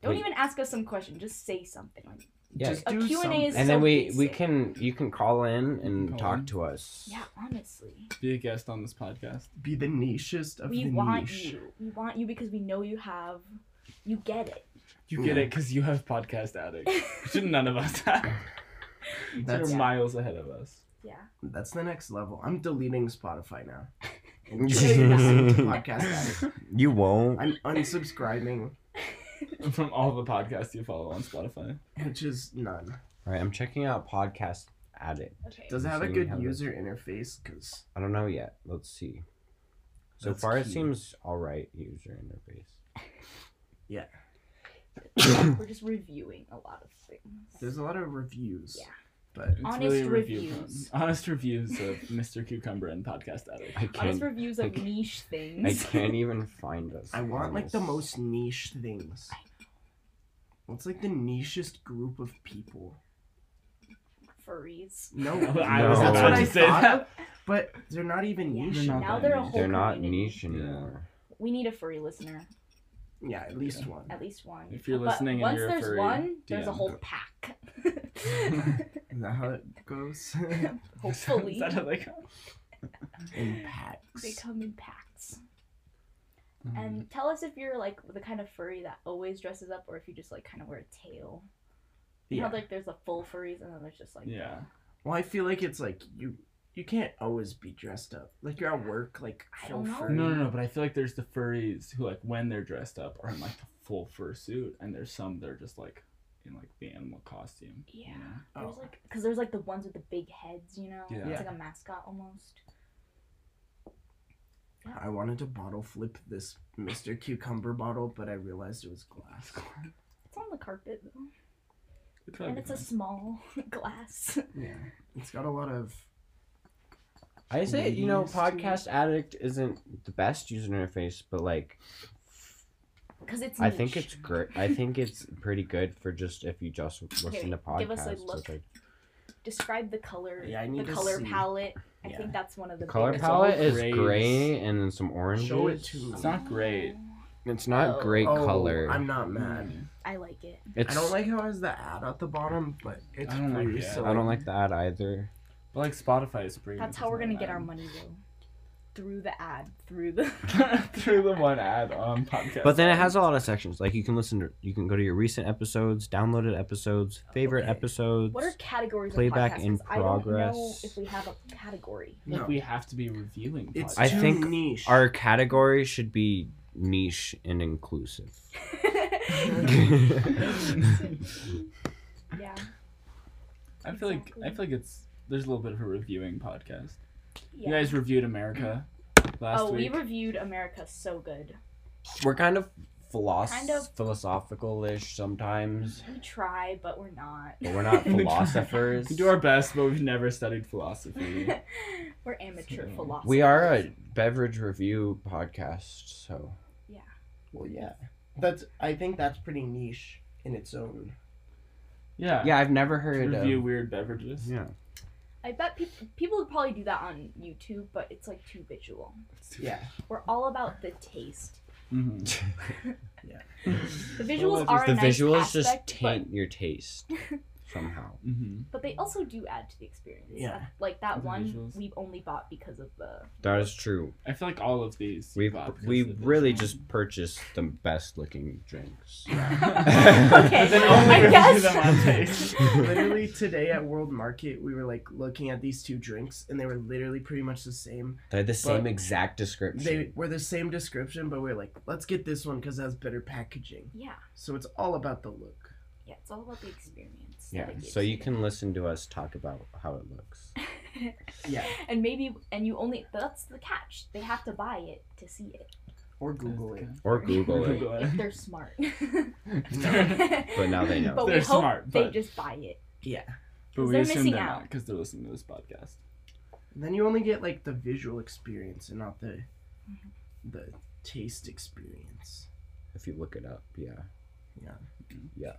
S3: don't
S2: Wait.
S3: even ask us some question just say something like
S2: Yeah.
S1: Just
S3: A
S1: do
S3: Q&A
S1: something.
S3: is-
S2: and
S3: so
S2: then we we
S3: basic.
S2: can you can call in and
S4: Call
S2: talk
S4: in.
S2: to us.
S3: yeah honestly
S4: Be a guest on this podcast.
S1: be the nichest of
S3: we
S1: the
S3: want
S1: niche.
S3: you we want you because we know you have you get it
S4: You get
S1: Yeah.
S4: it because you have podcast addict. Which none of us have.
S1: That's-
S4: You're miles ahead of us.
S3: yeah
S1: That's the next level. I'm deleting Spotify now. And just listening to
S2: you
S1: podcast addict.
S2: won't.
S1: I'm unsubscribing,
S4: From all the podcasts you follow on Spotify.
S1: which is none.
S2: All right, I'm checking out podcast addict.
S3: okay
S1: Does it have a
S2: Seeing
S1: good
S2: how the-
S1: user interface? Because
S2: I don't know yet. Let's see. So
S1: That's
S2: far, it
S1: key.
S2: seems all right user interface.
S3: we're just reviewing a lot of things
S1: there's a lot of reviews.
S3: Yeah.
S1: But
S4: It's
S3: Honest
S4: really a review
S3: reviews.
S4: phone. Honest reviews of Mr. Cucumber and Podcast Addict.
S2: I
S3: honest
S2: can't.
S3: reviews
S2: I
S3: of
S2: can't-
S3: niche
S2: I
S3: things
S2: can't even find us.
S1: I want
S2: on
S1: like the
S2: this.
S1: most niche things. What's like the nichest group of people?
S3: furries
S1: No,
S4: I
S2: was
S1: that's
S2: about
S1: what
S2: to
S1: I
S4: say
S1: thought
S4: that.
S1: of, but they're not even
S3: Yeah.
S1: niche.
S4: They're not
S3: now
S4: that
S3: they're a
S4: niche.
S3: whole
S2: They're not
S3: community.
S2: niche anymore.
S3: we need a furry listener
S1: Yeah, at least one.
S3: at least one
S4: If you're
S3: But
S4: listening and
S3: once
S4: you're a
S3: there's
S4: furry,
S3: one there's a
S4: DM.
S3: whole pack
S1: Is that how it goes?
S3: hopefully
S4: Is that how they go?
S1: in
S3: They
S1: packs.
S3: come in packs.
S4: Mm-hmm.
S3: And tell us if you're like the kind of furry that always dresses up, or if you just like kind of wear a tail. You know,
S1: Yeah.
S3: like there's the full furries, and then there's just like
S4: Yeah.
S1: Well, I feel like it's like you you can't always be dressed up. Like you're at work, like
S3: I
S1: full
S3: don't know.
S1: furry.
S4: No, no, no. But I feel like there's the furries who, like, when they're dressed up, are in like the full fursuit, and there's some that are just like in like the animal costume.
S3: yeah.
S4: you know?
S3: There's
S1: Oh.
S3: like because there's like the ones with the big heads, you know.
S4: Yeah.
S3: It's
S1: Yeah.
S3: like a mascot almost.
S1: I wanted to bottle flip this Mr. Cucumber bottle, but I realized it was glass.
S3: It's on the carpet though,
S4: It'd probably
S3: and
S4: be
S3: it's a
S4: fun.
S3: small glass.
S1: Yeah. It's got a lot of
S2: I say you know,
S1: Used to-
S2: podcast addict isn't the best user interface, but like
S5: because it's.
S2: I think
S5: niche.
S2: it's great. I think it's pretty good for just if you just listen
S5: Okay,
S2: to podcasts.
S5: give us a look.
S2: it's like-
S3: Describe the color.
S1: Yeah, I
S3: the
S1: need to
S3: color
S1: see.
S3: palette. I
S1: Yeah.
S3: think that's one of the
S2: the color
S3: biggest-
S4: all
S2: palette is
S4: grays.
S2: gray and then some orange.
S1: Show it to me.
S4: It's not great.
S2: It's not
S5: Oh.
S2: great
S1: Oh,
S2: color.
S1: I'm not mad.
S5: I like it.
S2: it's,
S1: I don't like how it has the ad at the bottom, but it's
S4: I don't like
S1: free,
S4: it.
S1: so
S2: I don't like that either.
S4: But like Spotify is pretty.
S3: That's how we're gonna get our money though. Through the ad, through the.
S4: through the one ad on podcast.
S2: But then it has a lot of sections. Like you can listen to, you can go to your recent episodes, downloaded episodes, favorite
S1: Okay.
S2: episodes.
S3: What are categories?
S2: Playback
S3: of podcasts?
S2: in
S3: 'Cause I don't know
S2: progress.
S3: if we have a category.
S4: like
S1: No.
S4: we have to be reviewing.
S1: It's
S4: podcasts.
S2: I
S1: too
S2: think
S1: niche.
S2: Our categories should be niche and inclusive. Mm-hmm.
S3: yeah.
S4: I feel like I feel like it's there's a little bit of a reviewing podcast.
S3: Yeah.
S4: You guys reviewed America last
S3: oh,
S4: week.
S3: we reviewed America so good.
S2: We're kind of philosoph-
S3: Kind of.
S2: philosophical-ish sometimes,
S3: We try, but we're not.
S2: but we're not
S4: We try.
S2: philosophers.
S4: we do our best, but we've never studied philosophy.
S3: we're amateur
S4: So-
S3: philosophers.
S2: we are a beverage review podcast, so
S1: Well, yeah, that's. I think that's pretty niche in its own.
S4: yeah.
S2: yeah, I've never heard of.
S4: Review weird beverages.
S2: Yeah,
S3: I bet people people would probably do that on YouTube, but it's like too visual.
S1: Yeah,
S3: We're all about the taste.
S4: hmm
S3: The visuals
S4: just
S3: are
S2: the
S3: a nice
S2: visuals just
S3: aspect,
S2: taint your taste somehow.
S4: hmm
S3: but, but they also do add to the experience.
S1: Yeah.
S3: Like that
S4: The
S3: one
S4: visuals.
S3: we've only bought because of the
S2: That is true.
S4: I feel like all of these you
S2: We
S4: bought because
S2: we
S4: of this.
S2: really just purchased the best looking drinks.
S3: Okay,
S4: But then only
S3: I
S4: review
S3: guess.
S4: them on taste.
S1: literally today at World Market, we were like looking at these two drinks, and they were literally pretty much the same.
S2: They're the same
S1: But
S2: exact description.
S1: They were the same description, but we are like, let's get this one because it has better packaging.
S3: Yeah.
S1: So it's all about the look.
S3: Yeah, it's all about the experience. that
S2: yeah,
S3: it gives
S2: so you can listen to us talk about how it looks.
S1: Yeah,
S3: And maybe and you only that's the catch. They have to buy it to see it.
S1: or Google it.
S2: Or Google it.
S4: Google
S3: If
S4: it.
S3: they're smart.
S2: But now they know.
S3: But we
S4: They're
S3: hope
S4: smart,
S3: they
S4: but-
S3: just buy it.
S1: Yeah.
S4: But we
S3: they're
S4: assume
S3: missing
S4: they're
S3: out.
S4: not because they're listening to this podcast.
S1: Then you only get like the visual experience and not the the taste experience.
S2: If you look it up, yeah.
S1: Yeah.
S2: Yeah.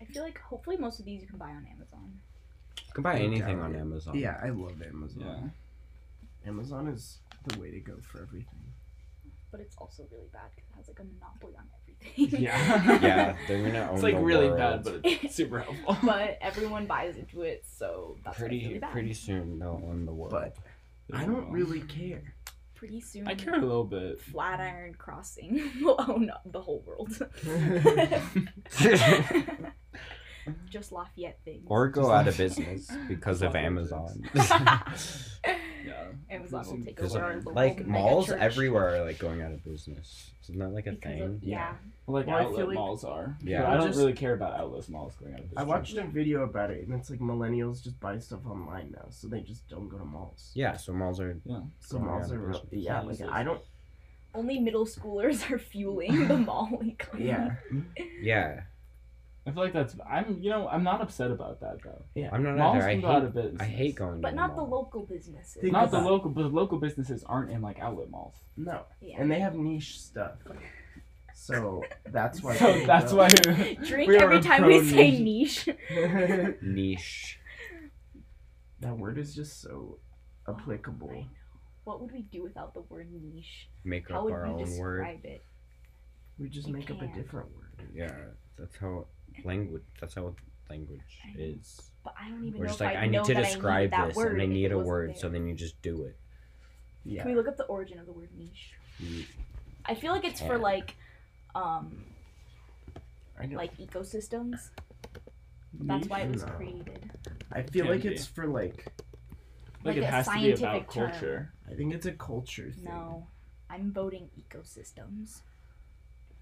S3: I feel like hopefully most of these you can buy on Amazon.
S2: You can buy
S1: Yeah.
S2: anything on Amazon.
S1: Yeah, I love Amazon.
S4: Yeah.
S1: Amazon is the way to go for everything.
S3: But it's also really bad because it has like a monopoly on everything.
S4: Yeah.
S2: Yeah, they're gonna own
S4: It's like
S2: the
S4: really
S2: world.
S4: bad, but it's super helpful.
S3: but everyone buys into it, so that's pretty
S2: pretty
S3: really bad.
S2: pretty soon they'll own the world.
S1: But I don't really care.
S3: pretty soon.
S4: I care a little bit.
S3: Flatiron Crossing will own the whole world. Just Lafayette things.
S2: or go
S4: Just
S2: out of
S4: like-
S2: business because of
S4: Just like
S2: Amazon.
S4: Yeah.
S3: Amazon will take
S2: Because
S3: over our local
S2: like
S3: mega
S2: malls
S3: church
S2: everywhere are like going out of business. Isn't that like a
S3: because
S2: thing?
S3: Of, yeah.
S4: Like
S1: Well, I
S4: outlet
S1: feel like-
S4: malls are.
S2: Yeah.
S4: But I don't
S1: Just-
S4: really care about outlet malls going out of
S1: I
S4: business.
S1: watched a video about it, and it's like millennials just buy stuff online now, so they just don't go to malls.
S2: Yeah, so malls are
S4: Oh
S1: So
S2: Going
S1: malls
S2: out
S1: are
S2: of
S1: real.
S2: business.
S1: Yeah, like I don't.
S3: Only middle schoolers are fueling the mall economy.
S1: Yeah,
S2: yeah.
S4: I feel like that's. I'm. You know. I'm not upset about that though.
S2: I'm not
S4: Malls
S2: either. I
S4: can go out
S2: hate,
S4: of business.
S2: I hate going to
S3: But
S2: the
S3: not the
S2: mall.
S3: local businesses.
S1: Think
S4: Not the
S1: about it.
S4: local, but local businesses aren't in like outlet malls.
S1: no,
S3: Yeah.
S1: and they have niche stuff, so that's why.
S4: So
S1: people
S4: that's
S1: go.
S4: why.
S3: Drink
S4: we are
S3: every
S4: a
S3: time we
S4: pro
S3: say niche.
S1: that
S2: niche.
S1: word is just so applicable.
S3: Oh, What would we do without the word niche?
S2: Make
S3: How
S2: up
S3: would
S2: our
S3: we
S2: own
S3: describe
S2: word.
S3: it?
S1: We just
S3: We
S1: make up a
S3: can't.
S1: different word.
S2: Yeah, that's how language. That's how language is.
S3: But I don't even
S2: We're
S3: know
S2: just
S3: if
S2: like,
S3: I,
S2: I need
S3: know
S2: to
S3: that
S2: describe
S3: I need that
S2: this,
S3: word
S2: and I
S3: if it
S2: need a
S3: wasn't
S2: word,
S3: there.
S2: so then you just do it.
S1: Yeah.
S3: Can we look up the origin of the word niche?
S2: You-
S3: I feel like it's for
S2: Can.
S3: like, um,
S1: I know.
S3: like ecosystems. That's why it was
S1: No.
S3: created.
S1: I feel
S4: Can
S1: like
S4: be.
S1: it's for like.
S3: Like
S4: Like, it
S3: a
S4: has to be about
S3: scientific term.
S4: culture.
S1: I think it's a culture thing.
S3: No, I'm voting ecosystems.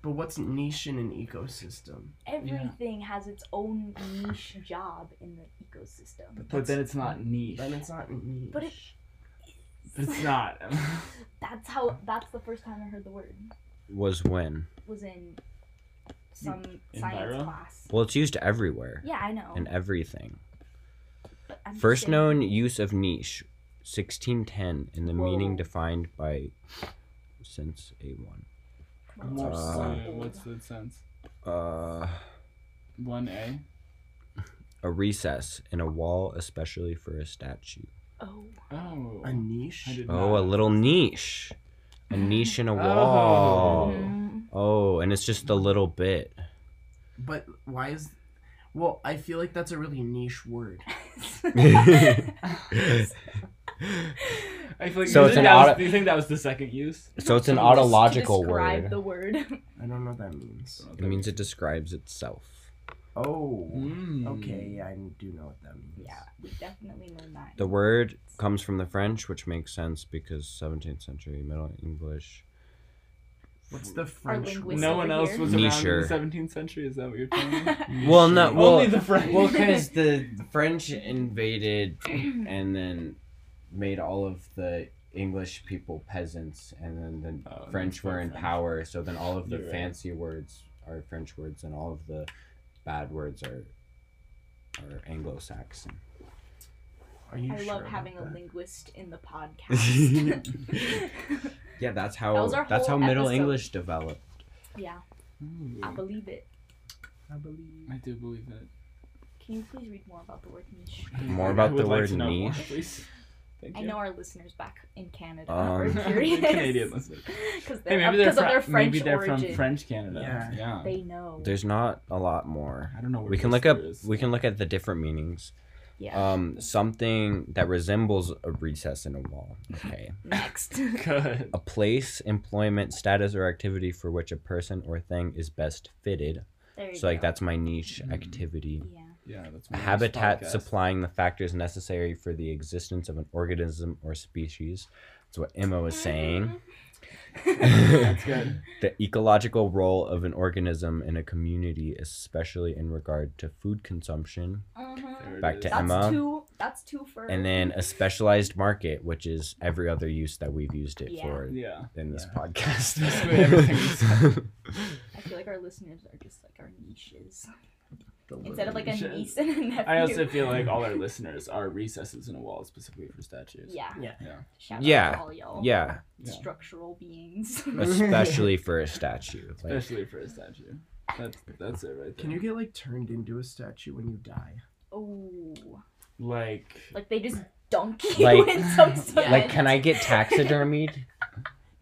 S1: But what's niche in an ecosystem?
S3: Everything has its own niche job in the ecosystem.
S4: But then it's not niche.
S1: Then it's not niche.
S3: But it-
S4: It's not.
S3: That's how. That's the first time I heard the word.
S2: Was when.
S3: Was in some
S4: in
S3: science
S4: Viro?
S3: class.
S2: Well, it's used everywhere
S3: Yeah, I know.
S2: and everything.
S3: but I'm just
S2: First
S3: saying-
S2: known use of niche, 1610, in the meaning
S3: Whoa.
S2: defined by since A1.
S4: More
S2: Uh,
S4: so, what's the sense?
S2: Uh,
S4: One A.
S2: a recess in a wall, especially for a statue.
S3: Oh.
S4: Oh.
S1: A niche?
S4: I did
S2: Oh, a
S4: not-
S2: little niche. A niche in a
S4: Oh.
S2: wall.
S3: Mm.
S2: Oh, and it's just a little bit.
S1: But why is. Well, I feel like that's a really niche word.
S4: I feel like
S2: So
S4: you,
S2: it's
S4: think
S2: an
S4: that was-
S2: auto-
S4: do you think that was the second use?
S2: So it's an
S3: Just to
S2: autological
S3: describe
S2: word.
S3: The word.
S1: I don't know what that means.
S2: It means it describes itself.
S1: Oh.
S4: Mm.
S1: Okay, yeah, I do know what that means.
S3: yeah, we definitely learned that.
S2: The word comes from the French, which makes sense because 17th century Middle English.
S1: What's the French
S5: linguist
S1: word?
S4: No one else was around
S2: Nicher.
S4: in the 17th century. Is that what you're telling me?
S2: Well, no, well,
S4: Only the French.
S2: well, because the French invaded and then made all of the English people peasants, and then the
S4: Oh, and
S2: French
S4: that's
S2: were
S4: why
S2: in
S4: French.
S2: power. So then all of the
S4: You're right.
S2: fancy words are French words, and all of the bad words are are Anglo-Saxon.
S1: Are you
S3: I
S1: sure
S3: love
S1: about
S3: having a
S1: that?
S3: linguist in the podcast.
S2: Yeah, that's
S3: That
S2: how
S3: was our
S2: that's how
S3: whole
S2: Middle
S3: episode.
S2: English developed.
S3: yeah,
S4: Ooh,
S3: I believe it.
S1: I believe.
S4: I do believe it.
S3: Can you please read more about the word niche?
S2: More
S4: I
S2: about
S4: would
S2: the
S4: like
S2: word
S4: to know more,
S2: niche.
S4: please. Thank
S3: I
S4: you.
S3: know our listeners back in Canada
S2: Um,
S3: are curious.
S4: Canadian listeners.
S3: Because
S4: Hey,
S3: they're,
S4: maybe they're,
S3: because of their
S4: Fr-
S3: French
S4: maybe they're
S3: origin.
S4: from French Canada.
S1: Yeah.
S4: Yeah.
S3: They know.
S2: There's not a lot more.
S4: I don't know. Where
S2: We can
S4: this
S2: look up.
S4: is.
S2: We can look at the different meanings.
S3: yeah.
S2: Um, something that resembles a recess in a wall. Okay.
S3: Next.
S4: Good.
S2: A place, employment, status, or activity for which a person or thing is best fitted.
S5: There you
S2: So, like,
S5: go.
S2: that's my niche
S4: Mm.
S2: activity.
S3: yeah.
S4: Yeah, that's
S2: A
S4: my niche
S2: habitat
S4: podcast.
S2: supplying the factors necessary for the existence of an organism or species. That's what Emma was saying.
S3: Mm-hmm.
S4: That's good.
S2: the ecological role of an organism in a community, especially in regard to food consumption.
S4: There
S3: Mhm.
S4: it
S2: Back
S4: is.
S2: to
S3: That's
S2: Emma.
S3: two. That's two for.
S2: And then a specialized market, which is every other use that we've used it
S3: Yeah.
S2: for
S4: Yeah.
S2: in this
S1: Yeah.
S4: Basically everything we
S2: podcast.
S4: said.
S3: I feel like our listeners are just like our niches.
S1: The
S3: Instead of like a niece
S4: Niches.
S3: and a nephew.
S4: I also feel like all our listeners are recesses in a wall, specifically for statues.
S3: Yeah.
S1: Yeah.
S4: Yeah.
S3: Shout Out
S2: Yeah.
S3: to all y'all.
S2: yeah,
S4: Yeah.
S3: Structural beings.
S2: especially for a statue. Like,
S4: Especially for a statue. That's that's it right there.
S1: Can you get like turned into a statue when you die?
S3: oh.
S4: like?
S3: Like they just dunk you
S2: Like-
S3: in some sort
S2: like, can I get taxidermied?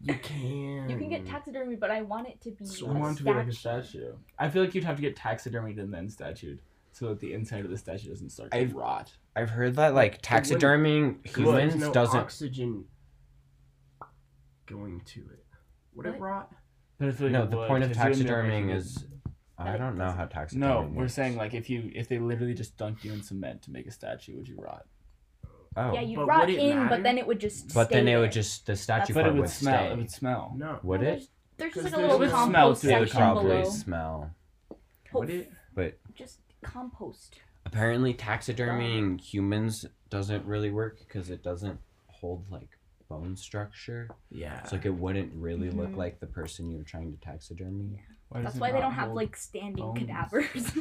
S1: You can.
S3: You can get taxidermy, but I want it to be.
S1: So
S3: a
S4: I want to be like a
S3: statue.
S4: statue. I feel like you'd have to get taxidermied and then statued, so that the inside of the statue doesn't start to
S2: I've-
S4: rot.
S2: I've heard that like taxiderming
S1: Because there's
S2: humans
S1: no
S2: doesn't.
S1: oxygen going to it. Would it
S3: What?
S1: rot?
S4: But I feel like
S2: No,
S4: it
S2: the
S4: would,
S2: point of
S4: 'cause you wouldn't be able to
S2: taxiderming
S4: make it-
S2: is I don't know how taxidermy.
S4: No, we're
S2: works.
S4: saying like if you if they literally just dunked you in cement to make a statue, would you rot?
S2: oh,
S3: Yeah, you
S1: But
S3: rot
S1: would it
S3: in,
S1: matter?
S3: but then it would just.
S2: but then
S3: stay
S2: it would
S3: there.
S2: just the statue
S4: But
S2: part
S4: it would
S2: would
S4: smell.
S2: stay.
S4: It would smell.
S1: No.
S3: Well,
S2: Would it?
S3: There's, there's just like
S1: Because
S3: a
S1: there's
S3: little
S4: no smell
S3: compost
S4: to it,
S2: It would
S3: section
S2: probably
S3: below.
S2: smell.
S3: Ho-
S1: Would it?
S2: But
S3: Just compost.
S2: apparently, taxidermying humans doesn't really work because it doesn't hold like bone structure.
S1: Yeah.
S2: So like it wouldn't really look
S3: Mhm.
S2: like the person you're trying to taxidermy
S4: Why does
S3: That's
S4: it
S3: why they
S4: not
S3: don't have
S4: hold
S3: like standing
S4: bones?
S3: cadavers.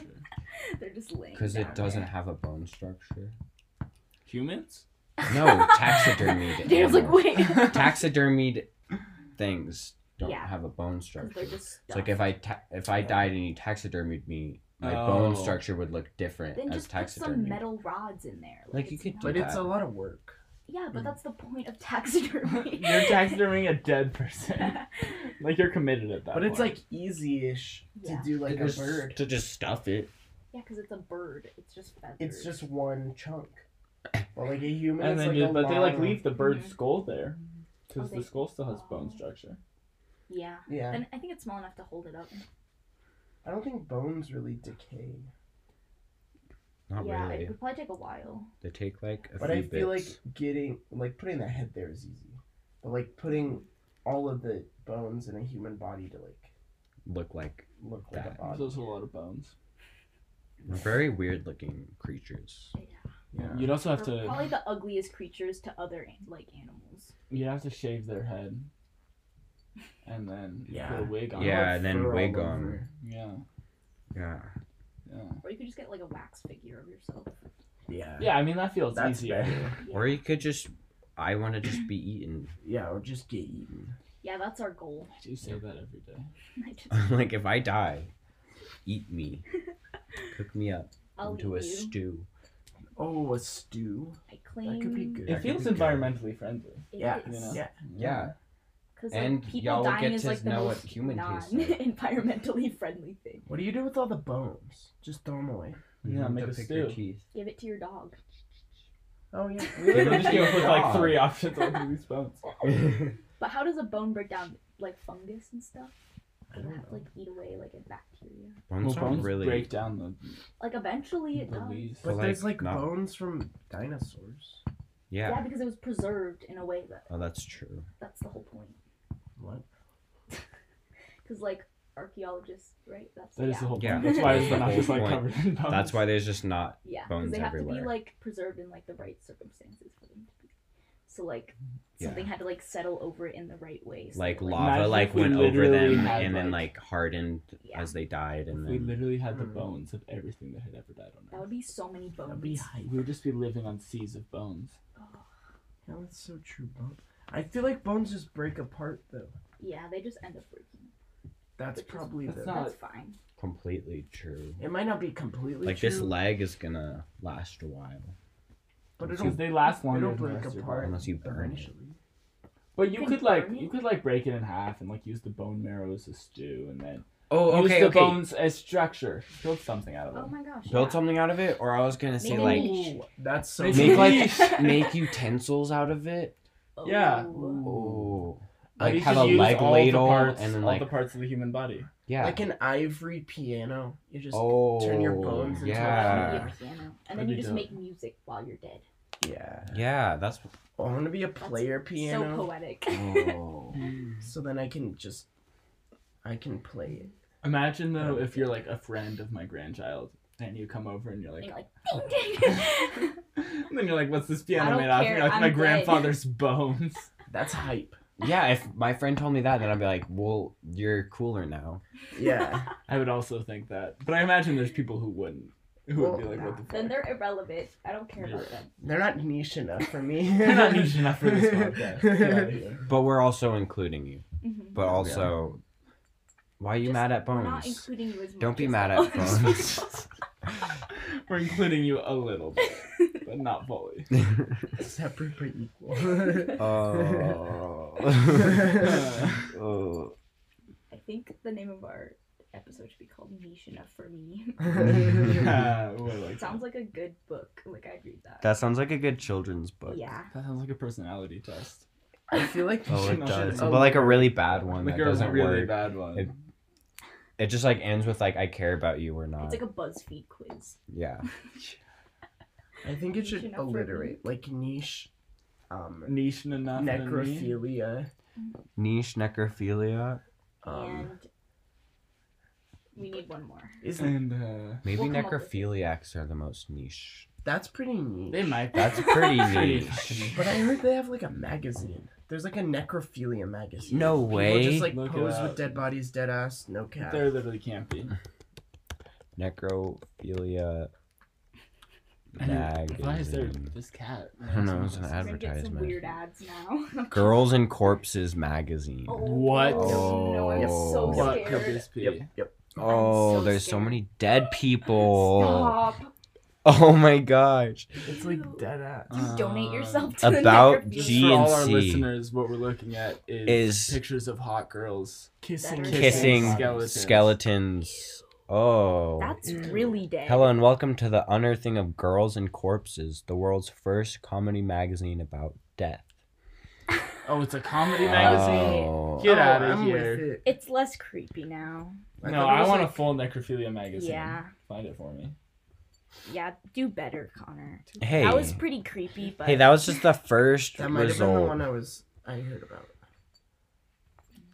S3: They're just laying.
S2: because
S3: down
S2: it doesn't
S3: there.
S2: have a bone structure.
S4: Humans?
S2: No, taxidermied.
S3: Dan's like,
S2: animals.
S3: wait.
S2: Taxidermied things don't
S3: Yeah.
S2: have a bone
S3: 'Cause
S2: structure.
S3: They're just
S2: It's like if I ta- if I died and you taxidermied me, my
S4: Oh.
S2: bone structure would look different
S3: Then
S2: as
S3: just put some
S2: taxidermy.
S3: metal rods in there.
S2: Like, you
S3: it's
S2: could do
S1: but
S2: that.
S3: not-
S1: it's a lot of work.
S3: Yeah, but that's the point of taxidermy.
S4: You're taxiderming a dead person. like you're committed at that.
S1: But it's
S4: point.
S1: like easy-ish
S3: Yeah.
S1: to do like
S2: To
S1: a
S2: just-
S1: bird.
S2: to just stuff it.
S3: Yeah, because it's a bird. It's just feathers.
S1: It's just one chunk. But like a human,
S4: and
S1: it's
S4: then
S1: like
S4: just,
S1: a
S4: but they like
S1: long-
S4: leave the bird's
S3: Mhm.
S4: skull there
S3: Oh,
S4: because
S3: they-
S4: the skull still has bone
S3: oh.
S4: structure.
S3: Yeah.
S1: Yeah,
S3: And I think it's small enough to hold it up.
S1: I don't think bones really decay.
S2: Not
S3: yeah,
S2: really.
S3: it would probably take a while.
S2: They take like a
S1: But
S2: few
S1: I
S2: bits.
S1: feel like getting like putting the head there is easy. But like putting all of the bones in a human body to like
S2: Look like
S1: look like
S2: That-
S1: a body.
S4: There's a lot of bones.
S2: very weird looking creatures.
S1: Yeah.
S4: You'd also have
S3: They're
S4: to
S3: probably the ugliest creatures to other an- like animals.
S4: you'd have to shave their head, and then
S1: Yeah.
S4: put a wig on.
S2: Yeah,
S4: it.
S2: and then
S1: Fur all
S2: wig
S1: over.
S2: on.
S4: yeah,
S2: Yeah.
S4: yeah.
S3: Or you could just get like a wax figure of yourself.
S1: Yeah.
S4: Yeah, I mean that feels
S1: That's
S4: easier.
S1: better.
S2: Or you could just I want to just be eaten.
S1: Yeah, or just get eaten.
S3: Yeah, that's our goal.
S4: I do say that every day.
S3: I just,
S2: like if I die, eat me, cook me up
S3: I'll
S2: into a
S3: eat you.
S2: stew.
S1: Oh, a stew.
S3: I claim.
S1: That could be good.
S4: It feels environmentally friendly.
S3: It
S1: Yeah,
S3: is.
S4: you know.
S1: Yeah.
S2: Yeah,
S3: Cause
S2: And
S3: like, people
S2: y'all
S3: dying
S2: get
S3: is
S2: to
S3: like the
S2: know what
S3: most
S2: human tastes like.
S3: non-environmentally friendly thing.
S1: What do you do with all the bones? Just throw them away.
S4: Yeah,
S2: Mhm.
S4: make
S2: To
S4: a
S2: pick your
S4: stew.
S2: teeth.
S3: Give it to your dog.
S1: Oh yeah.
S4: We
S1: We live
S4: just
S1: in
S4: came up with like
S2: God.
S4: three options on these bones.
S3: But how does a bone break down like fungus and stuff?
S1: I
S3: Does it
S1: don't
S3: have to like eat away like a bacteria?
S2: Bones
S4: Well,
S2: are
S4: bones
S2: really
S4: break down
S3: Like eventually
S4: the,
S3: it
S4: the
S3: does.
S4: leaves.
S2: But
S1: but there's
S2: like,
S1: like
S2: not-
S1: bones from dinosaurs.
S3: Yeah.
S2: yeah.
S3: because it was preserved in a way that
S2: Oh, that's true.
S3: that's the whole point.
S1: What?
S3: Because like archaeologists, right? That's
S4: That
S3: yeah.
S4: is the whole
S2: Yeah.
S4: point. That's why it's
S2: That's
S4: not
S2: the
S4: just
S2: whole
S4: like
S2: point.
S4: covered in bones.
S2: That's why there's just not.
S3: Yeah, because
S2: bones
S3: they have to
S2: everywhere.
S3: be like preserved in like the right circumstances for them to be. So like
S2: Yeah.
S3: something had to like settle over it in the right way. so
S2: Like
S3: that,
S2: lava,
S4: Imagine
S2: like
S4: if we
S2: went over
S4: literally
S2: them
S4: had,
S2: and then like
S4: like-
S2: hardened
S3: Yeah.
S2: as they died, and
S4: we
S2: then
S4: literally had the
S1: Hmm.
S4: bones of everything that had ever died
S3: That
S4: on
S3: would be so many
S1: That'd be
S3: bones.
S1: hype.
S4: Earth. We would just be living on seas of bones.
S3: Oh,
S1: Yeah, that's so true. Bone. I feel like bones just break apart though.
S3: yeah, they just end up breaking.
S1: That's
S3: Which is-
S1: probably
S4: That's
S1: the.
S4: not-
S3: That's fine.
S2: completely true.
S1: It might not be completely
S2: Like
S1: true,
S2: this leg is gonna last a while
S1: but it'll
S4: Because they last longer
S1: it'll
S4: than the
S1: break
S4: rest of your
S1: apart
S4: body.
S2: unless you burn it.
S1: eventually.
S4: But you
S3: Could
S4: could like
S3: burn it?
S4: you could like break it in half and like use the bone marrow as a stew and then
S2: Oh,
S4: use the bones as structure. Build something out of
S3: Oh
S4: them.
S3: my gosh.
S2: Build
S3: yeah.
S2: something out of it, or I was gonna say
S3: Maybe
S2: like
S3: niche.
S1: Ooh, that's so.
S4: Make
S2: make like
S4: Niche.
S2: make utensils out of it.
S4: Yeah.
S3: Oh.
S2: Oh,
S4: But
S2: like
S4: you
S2: have
S4: could
S2: a
S4: use
S2: leg
S4: all the
S2: ladle
S4: parts-
S2: and then
S4: all
S2: like
S4: the parts of the human body.
S2: yeah.
S1: like an ivory piano. You just
S2: oh,
S1: turn your bones into a
S2: yeah.
S3: That would be a piano. And then
S4: That'd
S3: you
S4: be
S3: just
S4: dope.
S3: make music while you're dead.
S1: yeah.
S2: Yeah, that's
S1: Oh, I want to be a
S3: That's
S1: player piano.
S3: So poetic.
S2: oh.
S1: So then I can just, I can play it.
S4: Imagine though if you're like a friend of my grandchild and you come over and you're
S3: And
S4: like
S3: you're like, ding ding.
S4: and then you're like, What's this
S3: I
S4: piano
S3: don't
S4: made out of? And
S3: care,
S4: you're like
S3: I'm
S4: my
S3: dead."
S4: grandfather's bones.
S1: That's hype.
S2: yeah. If my friend told me that, then I'd be like, "Well, you're cooler now."
S1: Yeah.
S4: I would also think that. But I imagine there's people who wouldn't. Who would be
S1: Well,
S4: like, What the fuck?
S3: Oh, then they're irrelevant. I don't care about them.
S1: They're not niche enough for me.
S4: They're not niche enough for this podcast. Get outta here.
S2: But we're also including you.
S3: Mhm.
S2: But also, why are you
S3: Just-
S2: mad at
S3: We're not
S2: bones?
S3: including you as much.
S2: Don't be
S3: as
S2: mad
S3: all
S2: at
S3: others.
S2: bones.
S4: We're including you a little bit, but not fully.
S1: Separate but equal.
S2: oh.
S4: Uh,
S2: oh.
S3: I think the name of our episode should be called Niche Enough for Me.
S4: Yeah, uh, we're like
S3: It sounds like a good book. Like I'd read that.
S2: That sounds like a good children's book.
S3: yeah.
S4: that sounds like a personality test.
S1: I feel like
S2: Oh, it
S4: No,
S2: does.
S4: it's
S2: But
S4: a-
S2: like a really bad one
S4: like
S2: that
S4: a
S2: doesn't
S4: really
S2: work.
S4: bad one.
S2: It- It just like ends with like I care about you or
S3: It's
S2: not.
S3: like a BuzzFeed quiz.
S2: yeah.
S1: I think it
S3: Niche
S1: should
S3: enough for me.
S1: alliterate like niche, um,
S4: niche enough. and a niche.
S1: necrophilia.
S2: Niche necrophilia.
S1: Um,
S3: and we need one more.
S1: is
S4: And uh,
S2: Maybe
S3: We'll come up with
S2: necrophiliacs are the most niche.
S1: that's pretty neat.
S4: they might. be-
S2: That's pretty
S4: Pretty
S2: niche.
S4: fucking-
S1: But I heard they have like a magazine. There's like a necrophilia magazine.
S2: No
S1: People
S2: way.
S1: just like
S4: Look it
S1: pose
S4: up.
S1: with dead bodies, dead ass, no cap.
S4: There literally can't be.
S2: necrophilia.
S4: Why is there
S2: magazine.
S4: this cat?
S2: I don't know, it's an
S3: We're gonna get some
S2: Advertisement.
S3: weird ads now.
S2: Girls and Corpses magazine.
S3: Oh,
S4: What?
S3: No, I'm so
S2: Oh.
S4: What could
S3: scared.
S4: this be?
S1: Yep, yep.
S2: Oh,
S3: so
S2: there's so
S3: scared.
S2: many dead people.
S3: Stop.
S2: Oh my gosh.
S1: It's like dead ass.
S3: You
S2: Uh-huh.
S3: donate
S4: Um,
S3: yourself to the
S2: about
S3: necrophilia.
S4: Just for all our
S2: G&C.
S4: listeners, what we're looking at is,
S2: Is-
S4: pictures of hot girls
S1: Kissing,
S3: Better.
S2: Kissing
S4: Skeletons.
S2: skeletons. Oh.
S3: That's
S4: Mm.
S1: Ew.
S3: really dead.
S2: Hello and welcome to the unearthing of Girls and Corpses, the world's first comedy magazine about death.
S4: Oh, it's a comedy
S3: Oh.
S4: magazine.
S2: Oh.
S4: Get
S1: Oh,
S4: out of
S1: I'm with
S4: here.
S1: it.
S3: It's less creepy now.
S1: I
S4: no,
S1: thought it
S4: I
S1: was
S4: want
S1: like-
S4: a full necrophilia magazine.
S3: Yeah.
S4: Find it for me.
S3: Yeah, do better, Connor.
S2: Oh. Hey.
S3: That was pretty creepy, but
S2: Hey, that was just the first
S1: That might have been the
S2: result.
S1: one I was I heard about.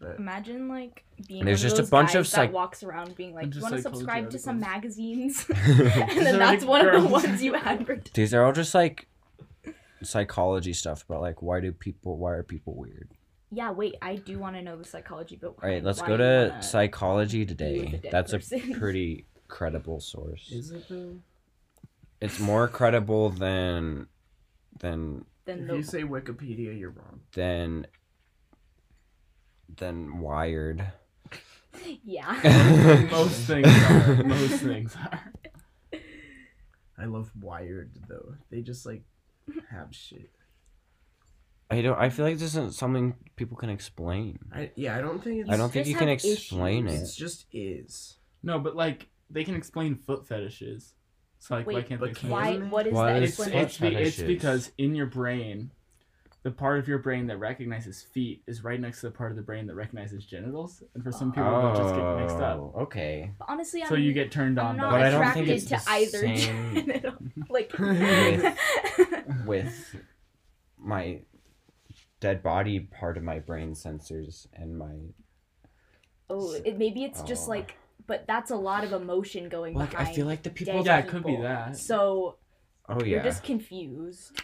S1: But
S3: imagine like being
S2: There's
S3: one
S2: just a
S3: of those
S2: bunch
S3: guys
S2: of
S3: that
S2: psych-
S3: walks around being like,
S4: I'm
S3: "You
S4: just
S3: want to
S4: psychology
S3: subscribe to some magazines?"
S4: These
S3: and then
S4: are, like,
S3: that's one of the
S4: girls.
S3: ones you advertise.
S2: These are all just like psychology stuff, but like why do people why are people weird?
S3: Yeah, wait, I do want to know the psychology, but
S2: All right, let's
S3: why
S2: go
S3: do you
S2: to
S3: wanna-
S2: psychology
S3: with a
S2: today.
S3: dead
S2: That's
S3: person?
S2: a pretty credible source.
S1: is it though?
S2: It's more credible than than
S3: then
S1: If
S3: the-
S1: you say Wikipedia, you're wrong.
S2: than than Wired.
S3: Yeah.
S4: most things are. Most things are.
S1: I love Wired though. They just like have shit.
S2: I don't. I feel like this isn't something people can explain.
S1: I yeah. I don't think it's.
S2: I don't think
S3: just
S2: you can
S3: have
S2: explain
S1: It
S2: it.
S1: just is.
S4: No, but like they can explain foot fetishes. So like why
S5: Wait,
S4: can't
S1: but
S4: they explain
S5: Why?
S1: Isn't it?
S5: What is
S2: Why
S5: the
S2: is-
S4: it's,
S5: explanation?
S4: it's, be, it's
S2: fetishes.
S4: because in your brain the part of your brain that recognizes feet is right next to the part of the brain that recognizes genitals and for some people they'll just get mixed up
S2: Oh, Okay.
S3: But honestly, I'm,
S4: so you get turned on
S3: I'm
S4: by
S3: not
S2: But I don't think
S3: attracted
S2: it's
S3: to
S2: the
S3: either
S2: same-
S3: genital. Like,
S2: With my dead body part of my brain sensors and my
S3: oh, it, maybe it's just
S2: Oh.
S3: like, but that's a lot of emotion going
S2: like. I
S3: behind.
S2: feel like the people.
S3: dead
S4: yeah it could be
S3: people.
S4: that
S3: So
S2: Oh
S3: you're
S2: yeah.
S3: just confused,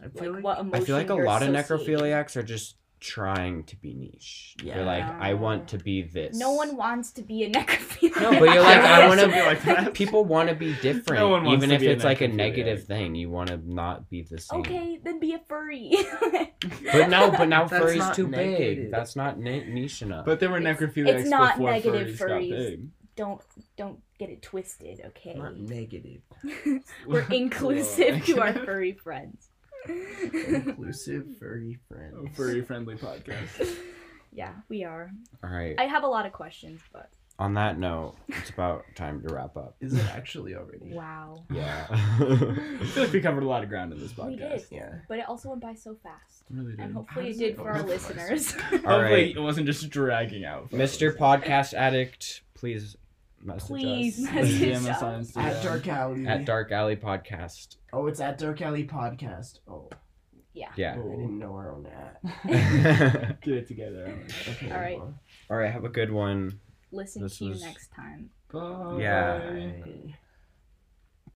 S1: I feel
S3: like,
S1: like,
S3: what emotion.
S2: I feel like a
S3: you're
S2: lot of
S3: associating.
S2: necrophiliacs are just trying to be niche. They're like, I want to be this.
S5: No one wants to be a necrophiliac.
S2: No, but you're like,
S4: Yeah,
S2: I
S4: I
S2: want to.
S4: also feel like that.
S2: people want to be different,
S4: No one wants
S2: even
S4: to
S2: if
S4: be a
S2: it's like a
S4: necrophiliac.
S2: negative thing. You want to not be the same.
S5: Okay, then be a furry.
S2: But no, but now
S1: That's
S2: furry's
S1: not
S2: too
S1: negative.
S2: big. That's not ni- niche enough.
S4: but there were
S5: It's-
S4: necrophiliacs
S5: it's not
S4: before
S5: negative
S4: furries, got
S5: furries.
S4: big
S5: don't don't get it twisted, okay?
S1: not negative,
S3: We're inclusive to our furry friends.
S1: inclusive, furry friends.
S4: Oh, furry friendly podcast
S3: yeah, we are.
S2: All right.
S3: I have a lot of questions, but
S2: On that note, it's about time to wrap up.
S1: Is it actually already?
S3: wow.
S2: Yeah.
S4: I feel like we covered a lot of ground in this podcast
S3: We did,
S1: Yeah.
S3: but it also went by so fast.
S4: really did
S3: And
S4: hopefully
S3: hopefully
S1: How
S3: it
S1: does it
S3: did for our
S1: go so
S3: listeners.
S2: All right.
S4: it wasn't just dragging out
S2: Mr. Podcast Addict, please message
S3: Please
S2: us.
S3: message
S4: DM us on
S1: At
S4: Instagram.
S1: Dark Alley.
S2: At Dark Alley Podcast.
S1: oh, it's at Dark Alley Podcast. Oh,
S2: Yeah.
S1: I didn't
S3: Oh.
S1: know our own at.
S4: Get it together. Ellen.
S1: Okay,
S3: All right.
S1: well,
S2: All right. Have a good one.
S3: Listen
S2: This
S3: to you
S2: was-
S3: next time.
S4: Bye.
S2: Yeah.
S1: bye.